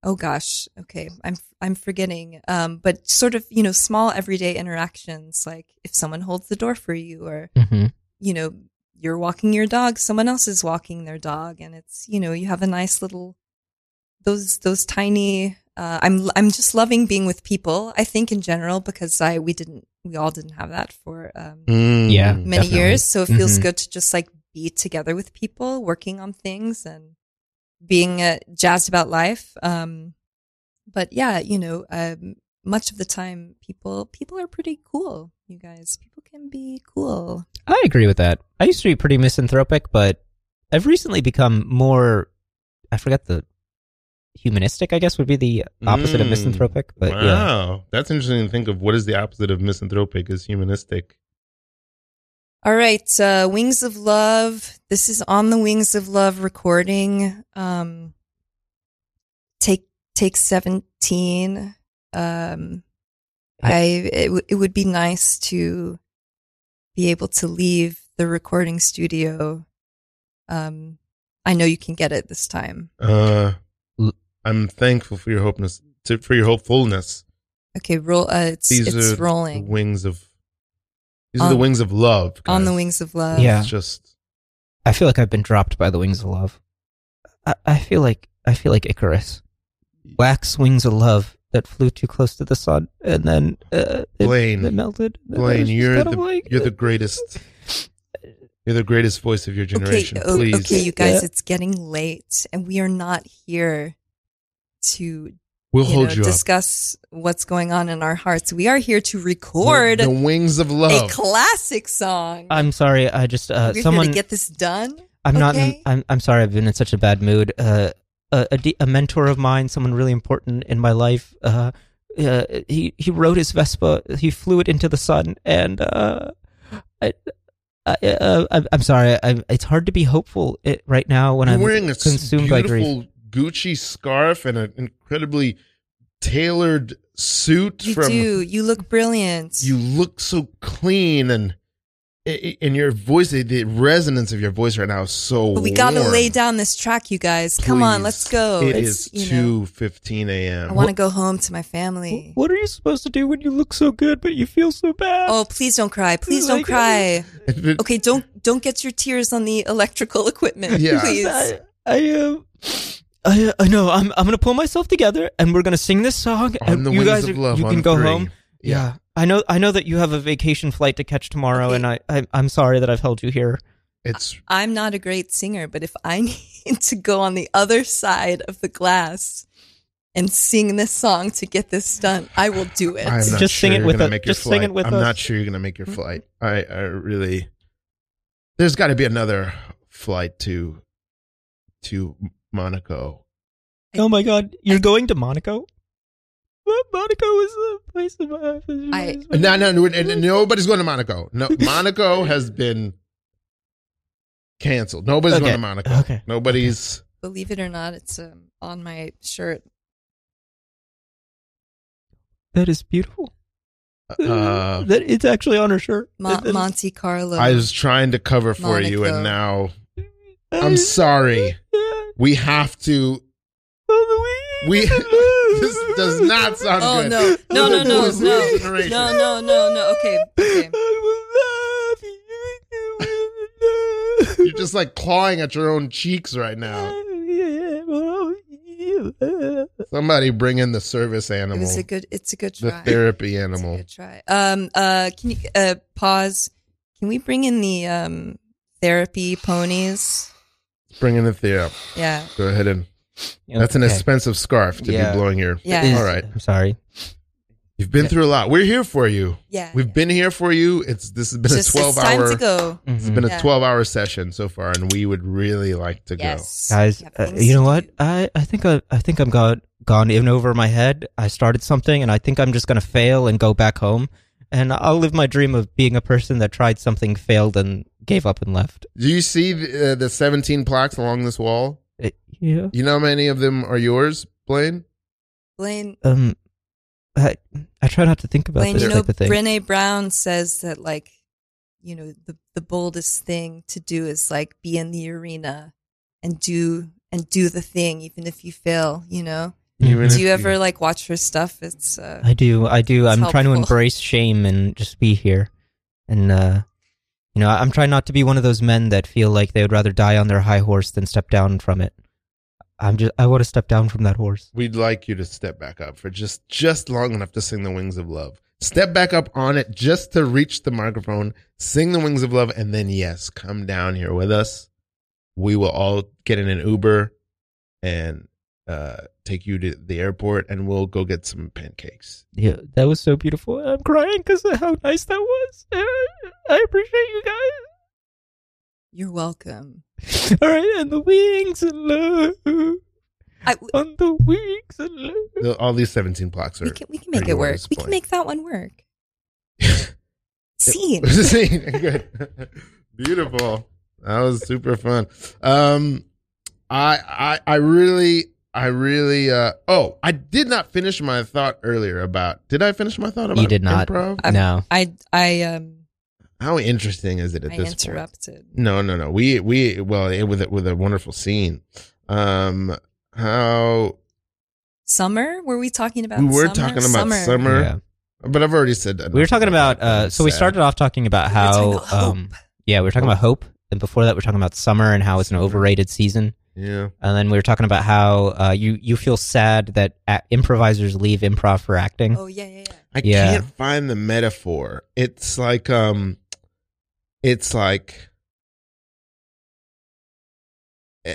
oh gosh, okay, I'm I'm forgetting. Um, but sort of you know small everyday interactions, like if someone holds the door for you, or
Mm-hmm.
you know, you're walking your dog, someone else is walking their dog, and it's you know, you have a nice little those those tiny. Uh, I'm I'm just loving being with people. I think in general because I we didn't we all didn't have that for um,
Mm.
Yeah.
many
Definitely.
years, so it feels
Mhm.
good to just like be together with people, working on things, and being uh, jazzed about life. Um, but yeah, you know, um, much of the time, people people are pretty cool. You guys, people can be cool.
I agree with that. I used to be pretty misanthropic, but I've recently become more. I forgot the humanistic. I guess would be the opposite of
Mm.
misanthropic, but yeah,
wow, that's interesting to think of. What is the opposite of misanthropic? Is humanistic?
All right, uh, Wings of Love. This is on the Wings of Love recording. Um, take take seventeen. Um, I it, w- it would be nice to be able to leave the recording studio. Um, I know you can get it this time.
Uh,
L-
I'm thankful for your hopeness, to, for your hopefulness.
Okay, roll. Uh, it's
These are
it's
the
rolling
wings of. These are the
On-
wings of love.
on the
guys.
Wings of Love.
Yeah.
It's just
I feel like I've been dropped by the wings of love. I, I feel like I feel like Icarus, wax wings of love that flew too close to the sun, and then uh, it,
Blaine.
it melted. And I
Blaine,
was just
you're
kind of
the
like-
you're the greatest. You're the greatest voice of your generation.
Okay, o-
Please,
okay, you guys,
Yeah.
it's getting late, and we are not here to
we'll
you
hold
know,
you up.
discuss what's going on in our hearts. We are here to
The-
record
The wings of
a
love.
classic song.
I'm sorry. I just uh,
We're
someone.
here to get this done.
I'm not.
okay?
In, I'm. I'm sorry. I've been in such a bad mood. Uh, a a, de- a mentor of mine, someone really important in my life. Uh, uh, he he rode his Vespa. He flew it into the sun, and uh, I. I, uh, I'm- I'm sorry. I'm, it's hard to be hopeful it, right now when
You're
I'm
wearing a s-
consumed by grief.
beautiful Gucci scarf and an incredibly tailored suit
You
from
do. You look brilliant.
you look so clean and and your voice the, the resonance of your voice right now is so
but we gotta
warm.
lay down this track, you guys. Come on,
Please.
let's go.
It
It's,
is
you know,
two fifteen
I
a.m
want to go home to my family.
What are you supposed to do when you look so good but you feel so bad?
Oh, please don't cry. Please don't
Like-
cry.
It-
Okay, don't don't get your tears on the electrical equipment.
Yeah.
Please.
I, I, uh, I, uh, I know. I'm, I'm gonna pull myself together, and we're gonna sing this song.
on
and
the
you
wings
guys,
of
are-
love
you
on
can go
three.
home. Yeah. I know. I know that you have a vacation flight to catch tomorrow,
Okay.
and I, I, I'm sorry that I've held you here.
it's
I'm not a great singer, but if I need to go on the other side of the glass and sing this song to get this done, I will do it.
I'm not
Uh, Just
sure
sing it
you're
with
gonna
us-
make your
just sing it
flight.
with Hmm?
I'm
us.
not sure you're gonna make your flight. I, I really. There's got to be another flight to, to Monaco.
I-
oh my God, you're going to Monaco? Well, Monaco is the place of my.
I-
No, no, no, no, nobody's going to Monaco. No, Monaco has been canceled. Nobody's
Okay.
going to Monaco.
Okay.
Nobody's.
Believe it or not, it's um, on my shirt.
That is beautiful.
Uh,
that it's actually on her shirt.
Mon-
That- that-
Monte Carlo.
I was trying to cover for you, and
Monaco.
now
that
I'm
is-
sorry.
Yeah. Oh,
We have to. We. this does not sound
oh
good.
no. No, no, no,
This
no.
generation.
No, no, no, no. Okay. okay.
I will love you.
You're just like clawing at your own cheeks right now. Somebody bring in the service
It
animal,
was a good. It's a good
the
try.
therapy
It's a
animal.
good try. Um. Uh. Can you uh pause? Can we bring in the um therapy ponies?
Bring in the therapy.
Yeah.
Go ahead and that's an expensive scarf to
Yeah.
be blowing your.
Yeah.
All right,
I'm sorry.
you've been through a lot. We're here for you.
Yeah.
We've been here for you. It's this has been
Just
a twelve
it's time
hour.
to go.
Mm-hmm.
It's been
Yeah.
a twelve hour session so far, and we would really like to
Yes.
Guys,
We have
uh,
things
you know
to
what?
do.
I, I think I, I think I'm got gone in over my head. I started something, and I think I'm just gonna fail and go back home. And I'll live my dream of being a person that tried something, failed, and gave up and left.
go. Do you see the, uh, the seventeen plaques along this wall?
Uh, yeah.
You know how many of them are yours, Blaine?
Blaine,
Um, I I try not to think about
Blaine,
this
you know,
type of thing.
Brene Brown says that like, you know, the the boldest thing to do is like be in the arena and do and do the thing, even if you fail. You know,
Mhm.
Even
do
if
you ever like watch her stuff? It's uh,
I do. I do.
It's
I'm trying to
helpful.
embrace shame and just be here. And, uh, you know, I- I'm trying not to be one of those men that feel like they would rather die on their high horse than step down from it. I'm just, I want to step down from that horse.
We'd like you to step back up for just just long enough to sing the wings of love. Step back up on it just to reach the microphone, sing the wings of love, and then yes, come down here with us. We will all get in an Uber and uh, take you to the airport, and we'll go get some pancakes.
Yeah, that was so beautiful. I'm crying because of how nice that was. I appreciate you guys.
you're welcome.
All right, and the wings and love.
I,
On the wings and love.
The- All these seventeen plaques
we
are.
can we can make
pretty
it work.
wise
We can
point.
make that one work. Scene.
Good. Beautiful. That was super fun. Um I I I really I really uh oh, I did not finish my thought earlier about Did I finish my thought about
did not.
improv?
I'm-
no.
I I um
How interesting is it at
I
this point?
interrupted.
No, no, no. We we well, it with a, with a wonderful scene. Um how
Summer? Were we talking about?
we were
summer?
talking about summer,
Yeah.
but I've already said that.
We were talking about uh,
That's
so we
sad.
started off talking about
We were talking
how
about hope.
um, yeah we were talking about hope and before that we were talking about summer and how it's an
Summer.
overrated season
Yeah.
and then we were talking about how uh, you you feel sad that a- improvisers leave improv for acting.
Oh yeah, yeah, yeah.
I
Yeah.
can't find the metaphor. It's like um it's like Eh,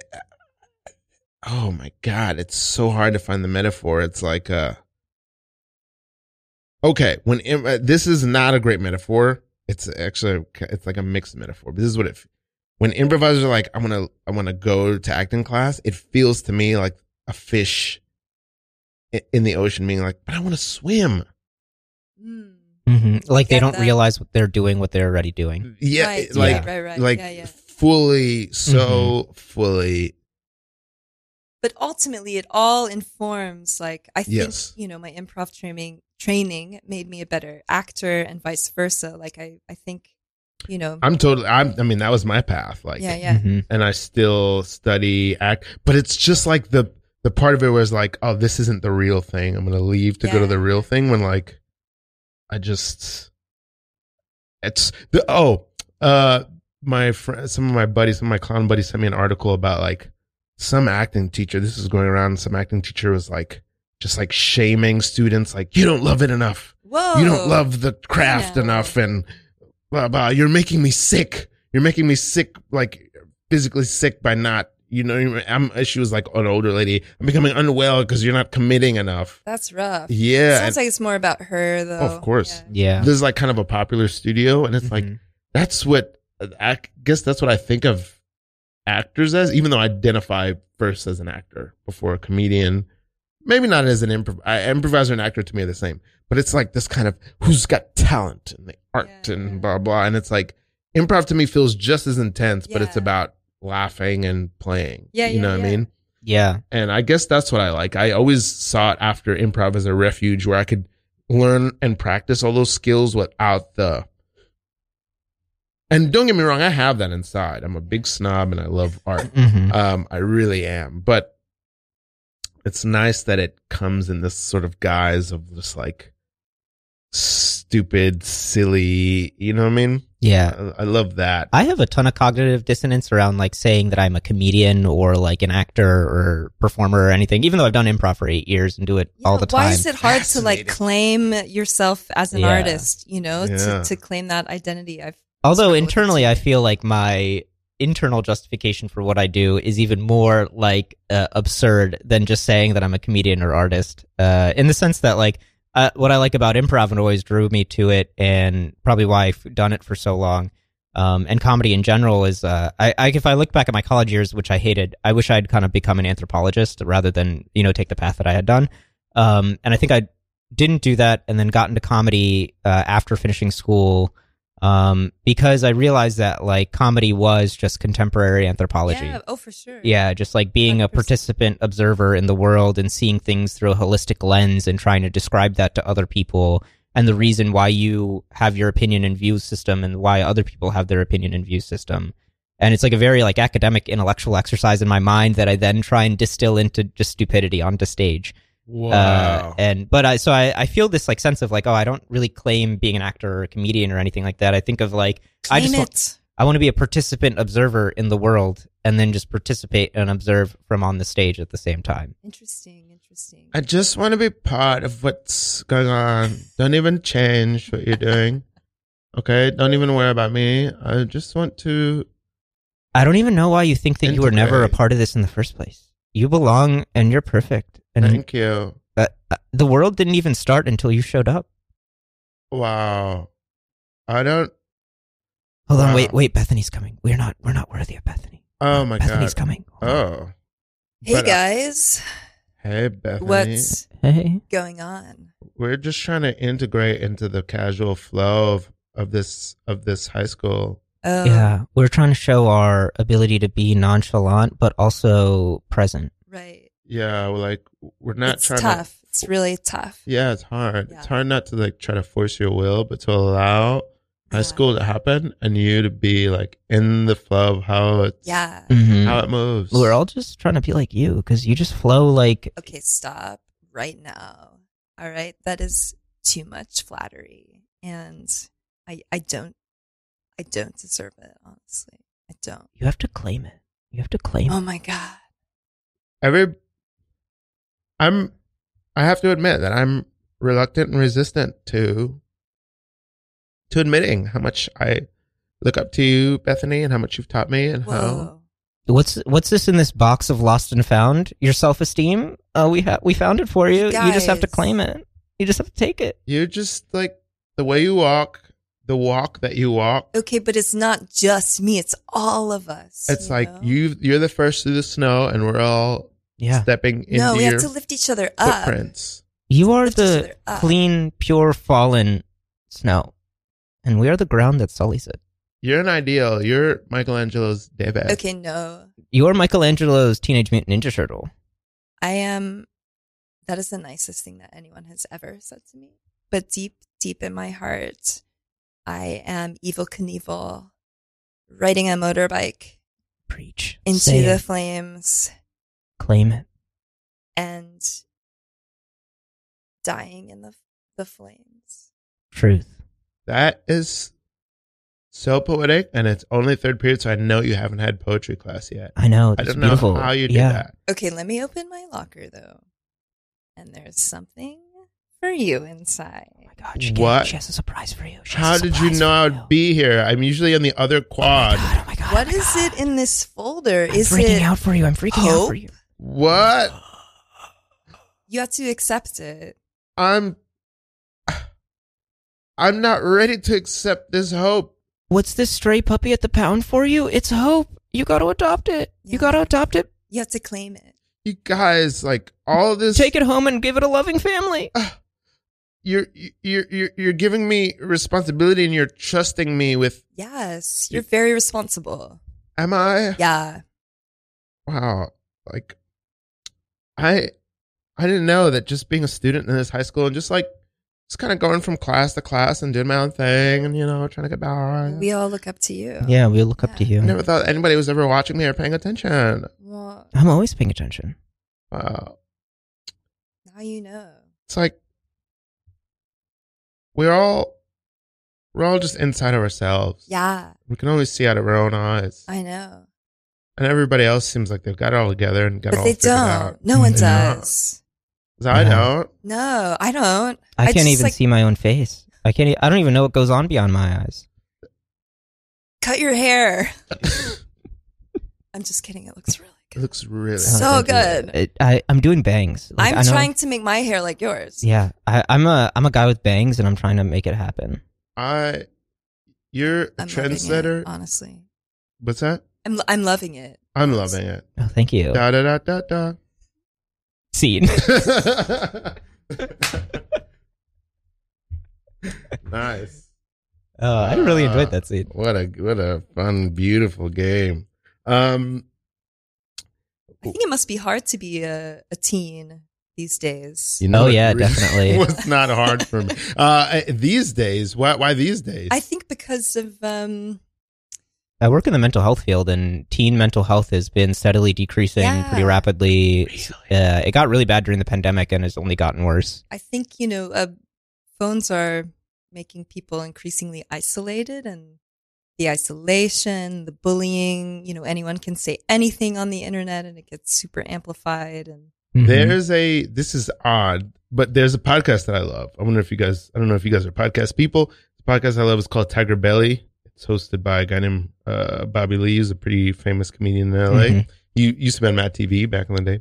Oh my god, it's so hard to find the metaphor. It's like uh Okay, when im- uh, this is not a great metaphor. It's actually it's like a mixed metaphor. But this is what it when improvisers are like I'm going to I want to go to acting class, it feels to me like a fish i- in the ocean being like, "But I want to swim."
Mm.
hmm Like they
Get
don't
that.
realize what they're doing, what they're already doing.
yeah
right,
it- like
right, right, right.
like
yeah, yeah.
fully so fully
But ultimately, it all informs. Like I think
Yes.
you know, my improv training training made me a better actor, and vice versa. Like I, I think, you know,
i'm totally i'm i mean that was my path like
yeah, yeah,
Mhm.
and i still study act but it's just like the the part of it was like oh this isn't the real thing i'm gonna leave to go to the
Yeah.
real thing when like i just it's the oh uh my friend some of my buddies some of my clown buddies sent me an article about like some acting teacher this is going around some acting teacher was like just like shaming students like you don't love it enough
Whoa,
Mm-hmm. you don't love the craft
know.
enough and blah blah you're making me sick you're making me sick like physically sick by not you know i'm she was like an older lady i'm becoming unwell because you're not committing enough
That's rough.
yeah
Sounds like it's more about her though.
Of course.
Yeah.
and
Yeah.
this is like kind of a popular studio and it's like
Mhm.
that's what i guess that's what i think of actors as even though i identify first as an actor before a comedian maybe not as an improv I, improviser and actor to me are the same but it's like this kind of who's got talent and the art
Yeah.
and blah blah and it's like improv to me feels just as intense but it's
Yeah.
about laughing and playing
Yeah,
you
yeah,
know what i
yeah.
mean
yeah.
and I guess that's what I like. I always sought after improv as a refuge where I could learn and practice all those skills without the. And don't get me wrong, I have that inside. I'm a big snob and I love art.
Mhm.
Um, I really am. But it's nice that it comes in this sort of guise of just like stupid, silly. You know what I mean?
Yeah.
I, I love that.
I have a ton of cognitive dissonance around like saying that I'm a comedian or like an actor or performer or anything, even though I've done improv for eight years and do it all the time.
Why is it hard to like
Fascinating.
claim yourself as an
Yeah.
artist? You know,
Yeah.
to, to claim that identity. I've
Although
struggled with
internally,
this.
I feel like my internal justification for what I do is even more like uh, absurd than just saying that I'm a comedian or artist. Uh, in the sense that like uh, what I like about improv and always drew me to it, and probably why I've done it for so long. Um, and comedy in general is, uh, I, I, if I look back at my college years, which I hated, I wish I'd kind of become an anthropologist rather than, you know, take the path that I had done. Um, and I think I didn't do that and then got into comedy, uh, after finishing school, um, because I realized that like comedy was just contemporary anthropology.
Yeah. Oh, for sure.
Yeah, just like being a
100%.
participant observer in the world and seeing things through a holistic lens and trying to describe that to other people and the reason why you have your opinion and view system and why other people have their opinion and view system. And it's like a very like academic intellectual exercise in my mind that I then try and distill into just stupidity onto stage. Uh, and but I so I, I feel this like sense of like oh I don't really claim being an actor or a comedian or anything like that. I think of like I
Claim
just want,
it.
I want to be a participant observer in the world and then just participate and observe from on the stage at the same time.
Interesting. Interesting.
I just want to be part of what's going on. Don't even change what you're doing. Okay, don't even worry about me. I just want to.
I don't even know why you think that you were never a
Integrate.
part of this in the first place. You belong and you're perfect. And
Thank you.
uh, uh, the world didn't even start until you showed up.
Wow. I don't.
Hold on,
Wow.
wait, wait. Bethany's coming. We're not. We're not worthy of Bethany.
Oh my
Bethany's
god.
coming. Hold on.
Oh.
hey
But, uh,
guys,
Hey Bethany.
what's
Hey.
going on?
We're just trying to integrate into the casual flow of, of this of this high school.
Oh,
Yeah, we're trying to show our ability to be nonchalant but also present.
Oh, Right.
Yeah, we're like we're not
it's
trying
tough.
to.
it's really tough.
Yeah, it's hard.
Yeah.
It's hard not to like try to force your will, but to allow high
Yeah.
school to happen and you to be like in the flow of how it's
Yeah.
how it moves.
We're all just trying to be like you because you just flow like
Okay, stop right now. All right, that is too much flattery, and I I don't I don't deserve it. Honestly, I don't.
you have to claim it. You have to claim
Oh
it.
my god.
every. I'm. I have to admit that I'm reluctant and resistant to. To admitting how much I look up to you, Bethany, and how much you've taught me, and how
Whoa.
What's what's this in this box of lost and found? Your self esteem? Uh, we ha- we found it for you. You just have to
Guys.
claim it. You just have to take it.
you just like the way you walk, the walk that you walk.
Okay, but it's not just me; it's all of us.
It's like
know?
you you're the first through the snow and we're all
Yeah,
stepping into
No, we
your
have to lift each other up.
footprints.
you are
lift each
the
other up.
clean, pure, fallen snow, and we are the ground that sullies it.
You're an ideal. You're Michelangelo's David.
Okay, no,
You are Michelangelo's Teenage Mutant Ninja Turtle.
I am. That is the nicest thing that anyone has ever said to me. But deep, deep in my heart, I am evil Knievel, riding a motorbike
Preach
into
Say
the
it.
flames
claim it.
and dying in the the flames.
Truth.
That is so poetic and it's only third period, so I know you haven't had poetry class yet.
I know.
I
It's
don't know
Oh, beautiful.
how you do
yeah.
that.
Okay, let me open my locker though, and there's something for you inside.
Oh my God, she gave-
What?
she has a surprise for you. She has
How
a
did you
surprise
know I
for
would be here? I'm usually on the other quad.
God, oh my God.
What
oh my
is
God.
it in this folder?
I'm
is
freaking
it
out for you. I'm freaking out for you.
what?
you have to accept it?
I'm I'm not ready to accept this hope.
What's this stray puppy at the pound for you? It's hope. You got to adopt it. You
Yeah.
got to adopt it.
You have to claim it.
You guys, like all this
Take it home and give it a loving family.
you're you're you're you're giving me responsibility and you're trusting me with
Yes, you're very responsible.
am i
Yeah.
wow like i i didn't know that just being a student in this high school and just like just kind of going from class to class and doing my own thing and you know trying to get by
We all look up to you.
Yeah, we'll look up to
i
you.
never thought anybody was ever watching me or paying attention
Well,
I'm always paying attention.
wow
now you know.
it's like we're all we're all just inside of ourselves.
Yeah,
We can always see out of our own eyes.
I know.
and everybody else seems like they've got it all together and got it
But
all
they
figured out.
don't. No one
They don't.
does.
'Cause I
No.
don't.
No, I don't.
I, can't
just,
even
like,
see my own face. I can't. e- I don't even know what goes on beyond my eyes.
Cut your hair. I'm just kidding. It looks really
It
good.
looks really
So
Uh,
good.
It, I, I'm doing bangs. Like, I
I'm
know-
trying to make my hair like yours.
Yeah, I, I'm a I'm a guy with bangs, and I'm trying to make it happen.
I you're a
I'm loving
trendsetter.
it, honestly.
What's that?
I'm lo- I'm loving it.
I'm loving it.
Oh, thank you.
Da da da da da.
Scene.
nice.
Oh, I really enjoyed that scene.
What a what a fun, beautiful game. Um
I think it must be hard to be a, a teen these days.
you know
Oh,
it
yeah, definitely.
was not hard for me. Uh these days, why why these days?
I think because of um
I work in the mental health field, and teen mental health has been steadily decreasing
Yeah.
pretty rapidly. Uh, it got really bad during the pandemic, and has only gotten worse.
I think you know uh, phones are making people increasingly isolated and the isolation, the bullying, you know anyone can say anything on the internet and it gets super amplified and
Mm-hmm.
There's a this is odd, but there's a podcast that I love. I wonder if you guys I don't know if you guys are podcast people. The podcast I love is called Tiger Belly. It's hosted by a guy named uh, Bobby Lee, who's a pretty famous comedian in LA.
Mhm.
He used to be on Matt TV back in the day.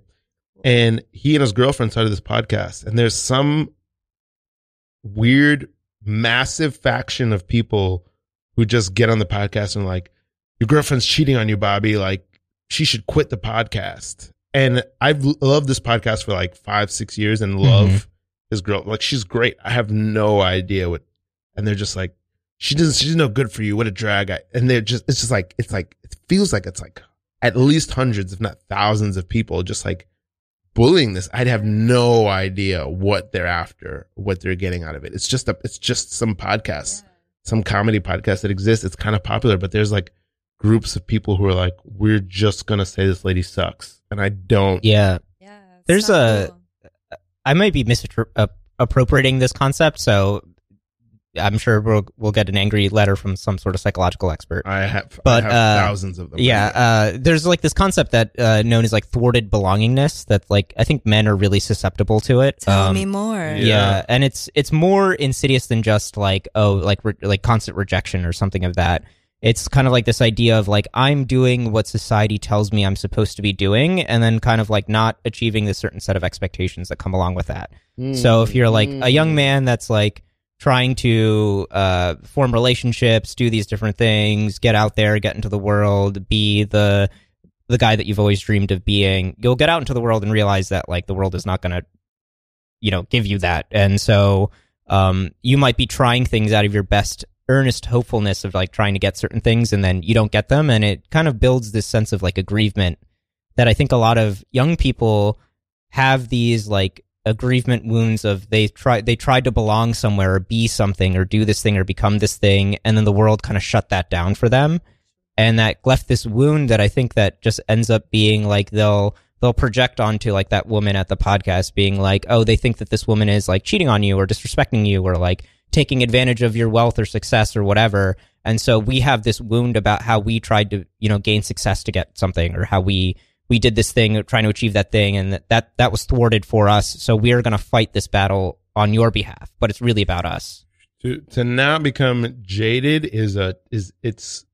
And he and his girlfriend started this podcast. And there's some weird, massive faction of people who just get on the podcast and like, your girlfriend's cheating on you, Bobby. Like, she should quit the podcast. And I've l- loved this podcast for like five, six years and love his girl. Like, she's great. I have no idea what. And they're just like, she doesn't, she's no good for you. What a drag. I, and they're just, it's just like, it's like, it feels like it's like at least hundreds, if not thousands of people just like bullying this. I'd have no idea what they're after, what they're getting out of it. It's just a, it's just some podcasts, some comedy podcast that exists. It's kind of popular, but there's like groups of people who are like, we're just going to say this lady sucks. And I don't.
yeah.
yeah. it's
There's
not
a-
cool.
I might be misappropriating this concept, so I'm sure we'll we'll get an angry letter from some sort of psychological expert.
I have,
But,
I have
uh,
thousands of them.
yeah, uh, there's like this concept that uh, known as like thwarted belongingness. That like I think men are really susceptible to it.
Tell
Um,
me more.
Yeah.
Yeah. and it's it's more insidious than just like oh like re- like constant rejection or something of that. It's kind of like this idea of like I'm doing what society tells me I'm supposed to be doing, and then kind of like not achieving the certain set of expectations that come along with that.
Mm.
So if you're like a young man that's like trying to uh, form relationships, do these different things, get out there, get into the world, be the the guy that you've always dreamed of being, you'll get out into the world and realize that like the world is not going to, you know, give you that. And so um, you might be trying things out of your best earnest hopefulness of like trying to get certain things and then you don't get them and it kind of builds this sense of like aggrievement that I think a lot of young people have these like aggrievement wounds of they try they tried to belong somewhere or be something or do this thing or become this thing and then the world kind of shut that down for them and that left this wound that I think that just ends up being like they'll they'll project onto like that woman at the podcast being like oh they think that this woman is like cheating on you or disrespecting you or like taking advantage of your wealth or success or whatever and so we have this wound about how we tried to you know gain success to get something or how we we did this thing trying to achieve that thing and that that, that was thwarted for us so we are going to fight this battle on your behalf but it's really about us
to to now become jaded is a is it's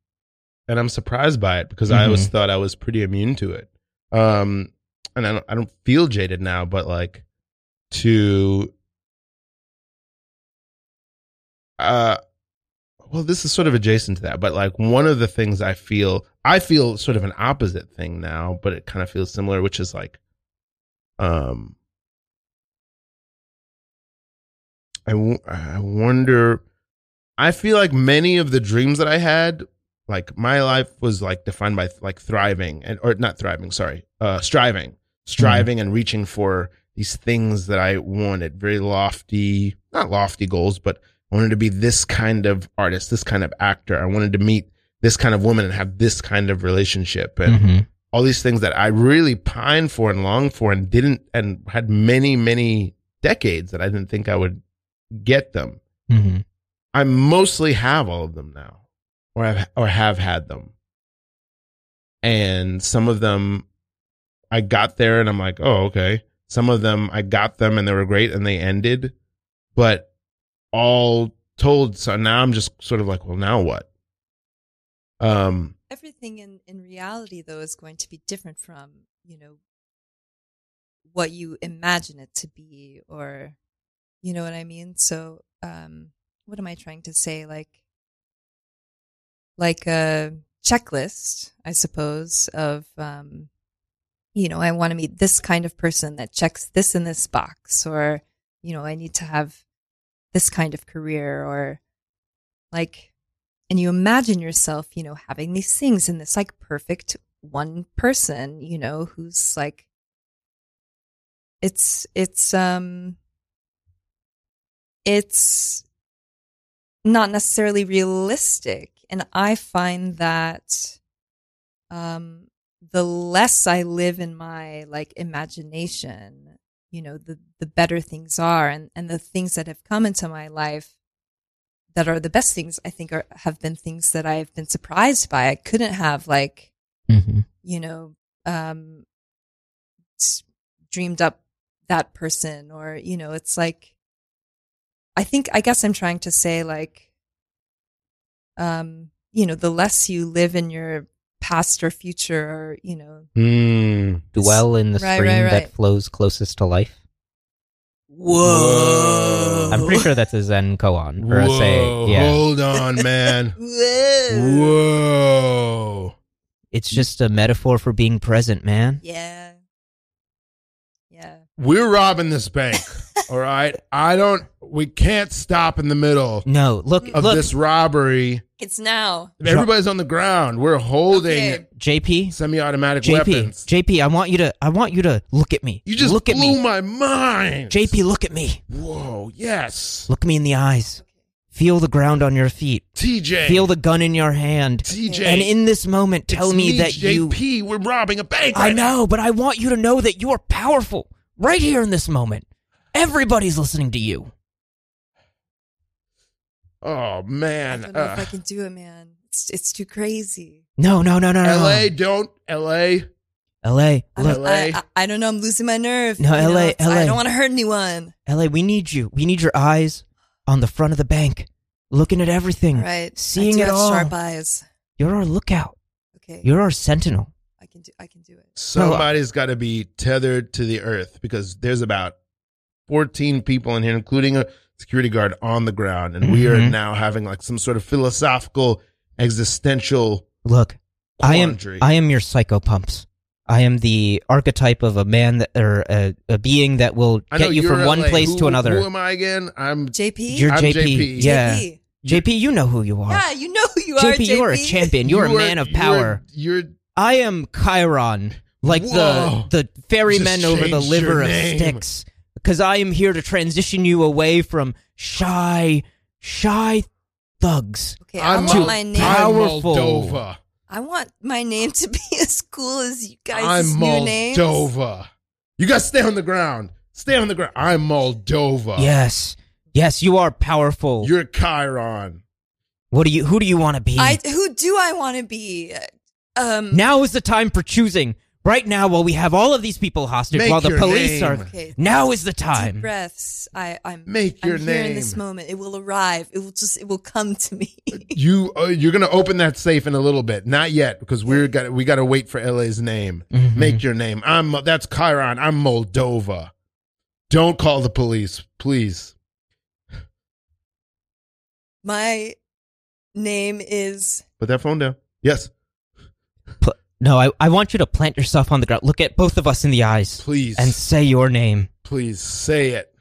and I'm surprised by it because I always
Mhm.
thought I was pretty immune to it. Um and I don't I don't feel jaded now, but like to uh well this is sort of adjacent to that, but like one of the things I feel I feel sort of an opposite thing now, but it kind of feels similar, which is like um I, w- I wonder. I feel like many of the dreams that I had, like my life was like defined by like thriving and or not thriving, sorry, uh, striving, striving and reaching for these things that I wanted, very lofty, not lofty goals, but I wanted to be this kind of artist, this kind of actor. I wanted to meet this kind of woman and have this kind of relationship and
Mm-hmm.
all these things that I really pined for and longed for and didn't and had many many decades that I didn't think I would get them
Mhm.
I mostly have all of them now, or have or have had them. And some of them, I got there and I'm like, oh okay. Some of them I got them and they were great and they ended, but all told, so now I'm just sort of like, well, now what? Um,
everything in, in reality though is going to be different from you know what you imagine it to be or you know what i mean so um what am i trying to say like like a checklist i suppose of um you know i want to meet this kind of person that checks this in this box or you know i need to have this kind of career or like and you imagine yourself, you know, having these things and this like perfect one person, you know, who's like it's it's um it's not necessarily realistic and I find that um the less I live in my like imagination, you know, the the better things are and and the things that have come into my life that are the best things I think are have been things that I've been surprised by. I couldn't have like
Mhm.
you know um s- dreamed up that person or you know it's like I think I guess I'm trying to say like um you know the less you live in your past or future or you know
hmm.
Dwell in the
Right,
stream
right, right.
that flows closest to life.
Whoa.
I'm pretty sure that's a Zen koan or a
Whoa,
say. Yeah,
Hold on, man.
Whoa.
Whoa.
it's just a metaphor for being present, man.
yeah yeah
We're robbing this bank. all right. I don't, we can't stop in the middle
No, look,
of
look,
this robbery.
it's now
Everybody's on the ground. We're holding
Okay.
JP,
semi automatic
JP,
weapons.
JP. I want you to, I want you to look at me.
you just
look at
blew
me,
my mind.
JP. Look at me.
Whoa. Yes.
Look me in the eyes. Feel the ground on your feet.
TJ.
Feel the gun in your hand.
TJ.
And in this moment,
it's
tell me that you.
JP, we're robbing a bank.
I
right now.
know, but I want you to know that you are powerful right here in this moment. Everybody's listening to you.
Oh,
I
man.
don't know if I
Ugh.
can do it, man. It's it's too crazy.
No, no, no, no, no.
LA, don't. LA.
LA,
I
look,
don't,
LA.
I, I, I don't know. I'm losing my nerve.
No,
you know,
LA,
it's- I
LA.
don't want to hurt anyone.
LA, we need you. We need your eyes on the front of the bank, looking at everything.
All right. I
Mm. Seeing
do
it
have
all.
Sharp eyes.
You're our lookout.
Okay.
You're our sentinel.
I can do. I can do it.
Somebody's got to be tethered to the earth because there's about 14 people in here, including a security guard on the ground. And we are
Mhm.
now having like some sort of philosophical, existential.
Look, I am.
Quandary.
I am your psychopumps. I am the archetype of a man that, or a, a being that will
I know
get you
you're
from one
LA.
place
Who-
to another.
Who am I again? I'm.
JP.
You're
I'm
JP.
JP.
Yeah.
JP.
JP, you know who you are.
Yeah. You know who you are.
JP,
JP.
you are a champion. You're a man of power.
You're, you're
I am Chiron, like
Whoa.
the the ferryman
Just
over the
changed
liver
your
of
name.
Styx, because I am here to transition you away from shy, shy thugs.
Okay. i
I'm
want
Mo-
my name.
I'm
Powerful.
Moldova.
I want my name to be as cool as you guys'
I'm
new names.
Moldova. You got to stay on the ground. Stay on the ground. I'm Moldova.
Yes, yes, you are powerful.
You're Chiron.
what do you? Who do you want to be?
I. Who do I want to be? Um.
now is the time for choosing. Right now, while we have all of these people hostage,
Make
while the
your
police
name.
are,
Okay.
now is the
Deep
time.
breaths. I. I'm.
Make your
I'm
name.
here in this moment. It will arrive. It will just. It will come to me.
you uh, you're gonna open that safe in a little bit. Not yet, because we're got we got to wait for LA's name.
Mhm.
Mm-hmm.
Make your name. I'm that's Chiron. I'm Moldova. Don't call the police, please.
My name is
Put that phone down. Yes,
Pl- no, I, I want you to plant yourself on the ground. Look at both of us in the eyes
please,
and say your name.
please say it.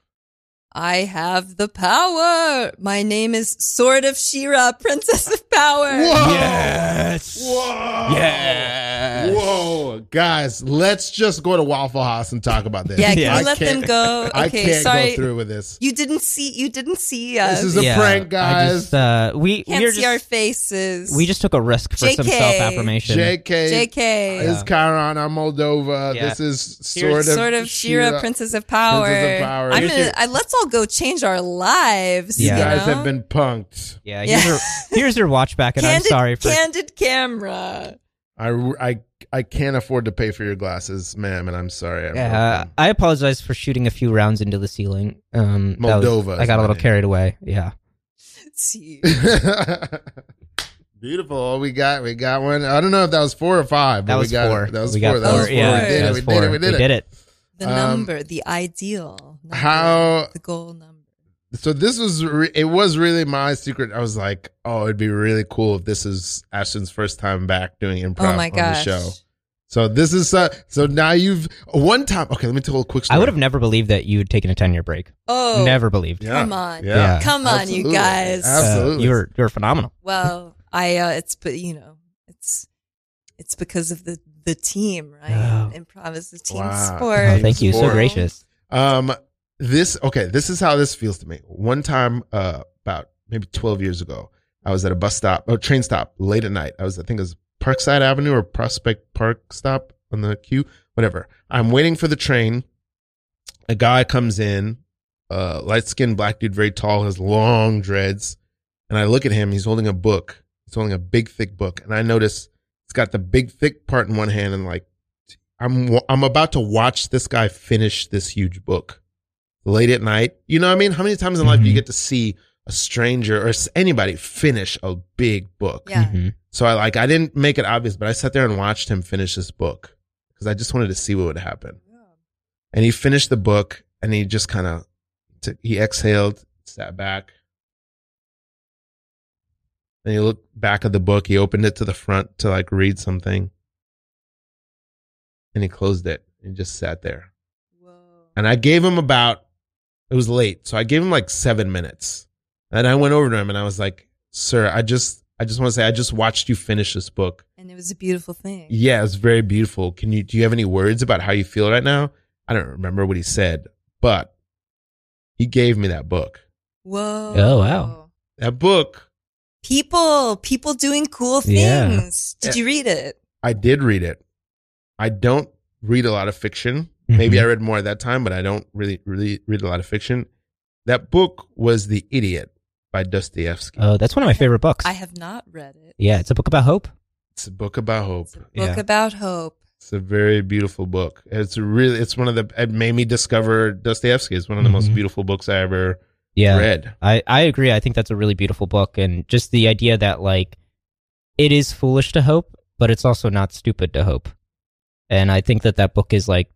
I have the power. My name is Sword of Shira, Princess of Power.
Whoa!
Yes.
Whoa!
Yes.
Whoa, guys, let's just go to Waffle House and talk about this.
Yeah, can
Yeah.
you
I
let them
can't-
go?
I
Okay,
can't
sorry.
go through with this.
You didn't see. You didn't see
This
us.
is a prank,
I just, uh, we
can't
we're
see
just,
our faces.
we just took a risk for some
JK.
self affirmation.
JK,
J.K.
is Chiron. I'm Moldova.
Yeah.
This is sort
Here's
of
sort of Shira, Princess of Power.
Princess of Power.
I'm
Here's
gonna,
your-
I, let's all go change our lives.
You
Yeah.
you
guys
know?
have been punked.
Yeah,
Yeah.
here's, Your, here's your watch back, and
candid,
I'm sorry for
candid camera.
I, I, I can't afford to pay for your glasses, ma'am, and I'm sorry. I broke
Yeah, uh,
them.
I apologize for shooting a few rounds into the ceiling. Um, that was-
Moldova
I
is
got a
my
little
name.
carried away. Yeah.
See,
Beautiful. We got we got one. I don't know if that was four or five, but
That was
we got
four.
That was
we
four.
Got
That
four.
was four.
Yeah,
we did
that
it.
was
We
four.
did it. We did it.
the
Um,
number, the ideal. Number,
How?
the goal number.
So this was. Re- it was really my secret. I was like, oh, it'd be really cool if this is Ashton's first time back doing improv
Oh my
on
gosh.
the show. So this is uh, so now you've one time. Okay, let me tell a quick story.
I would have never believed that you had taken a ten year break.
Oh,
Never believed.
Yeah.
Come on.
Yeah.
Come on,
Absolutely.
you guys.
Uh,
Absolutely.
you're you're phenomenal.
Well, I uh, it's but you know it's it's because of the the team, right?
Wow.
Improv is a team
Wow.
sport.
Or-
Oh, thank you. So
Or-
gracious.
Um, this okay. This is how this feels to me. One time, uh, about maybe twelve years ago, I was at a bus stop, oh, train stop, late at night. I was, I think, it was Parkside Avenue or Prospect Park stop on the queue, whatever. I'm waiting for the train. A guy comes in, uh, light skinned black dude, very tall, has long dreads, and I look at him. He's holding a book. He's holding a big thick book, and I notice it's got the big thick part in one hand and like I'm wa- I'm about to watch this guy finish this huge book late at night. You know what I mean? How many times in life do you
Mhm.
get to see a stranger or s- anybody finish a big book?
Yeah.
Mhm.
So I like I didn't make it obvious, but I sat there and watched him finish this book because I just wanted to see what would happen. And he finished the book and he just kind of t- he exhaled, sat back. And he looked back at the book, he opened it to the front to like read something. And he closed it and just sat there.
Whoa.
And I gave him about, it was late. So I gave him like seven minutes. And I went over to him and I was like, sir, I just, I just want to say, I just watched you finish this book.
And it was a beautiful thing.
Yeah, it's very beautiful. Can you, do you have any words about how you feel right now? I don't remember what he said, but he gave me that book.
Whoa.
Oh, wow.
That book,
People, people doing cool
Yeah.
things. Did you read it?
I did read it. I don't read a lot of fiction. Maybe
Mhm.
I read more at that time, but I don't really, really read a lot of fiction. That book was The Idiot by Dostoevsky.
Oh, that's one of my favorite books.
I have not read it.
yeah, it's a book about hope.
it's a book about hope.
It's a book
Yeah.
about hope.
It's a very beautiful book. It's a really, it's one of the, it made me discover Dostoevsky. It's one of the most
Mhm.
beautiful books I ever
Yeah.
read.
I, I agree. I think that's a really beautiful book. And just the idea that, like, it is foolish to hope, but it's also not stupid to hope. And I think that that book is, like,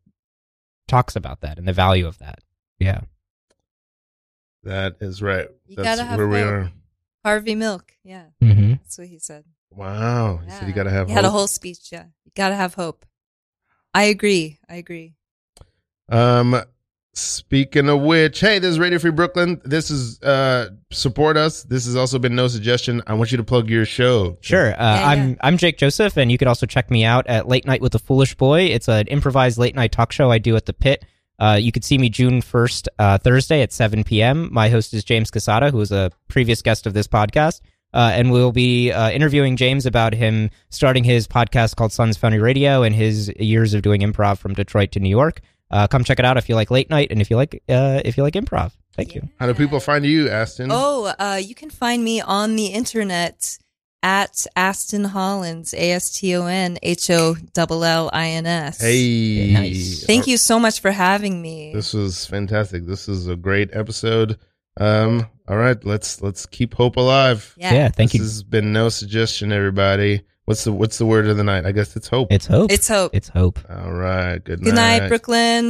talks about that and the value of that. Yeah.
That is right.
You
That's
gotta have
where we
hope.
are.
Harvey Milk. Yeah,
Mm-hmm.
that's what he said.
Wow. You Oh, said you gotta have
He had a
hope.
whole speech. Yeah, you gotta have hope. I agree. I agree.
Um, speaking of which, hey, this is Radio Free Brooklyn. This is uh support us. This has also been no suggestion. I want you to plug your show.
Sure. Uh,
yeah.
I'm I'm Jake Joseph, and you could also check me out at Late Night with the Foolish Boy. It's an improvised late night talk show I do at the Pit. Uh, you could see me June first, uh, Thursday at 7 p.m. My host is James Casada, who is a previous guest of this podcast, uh, and we'll be uh, interviewing James about him starting his podcast called Sons Funny Radio and his years of doing improv from Detroit to New York. Uh, come check it out if you like late night and if you like uh, if you like improv. Thank you.
How do people find you, Aston?
Oh, uh, you can find me on the internet at Aston Hollins, A S T O N H O L L I N S.
Hey.
Nice.
Thank you so much for having me.
This was fantastic. This is a great episode. Um, all right, let's let's keep hope alive.
yeah.
yeah thank
this
you.
has been no suggestion, everybody. What's the what's the word of the night? I guess it's hope.
It's hope.
It's hope.
It's hope.
all right. Good night.
Good night, Brooklyn.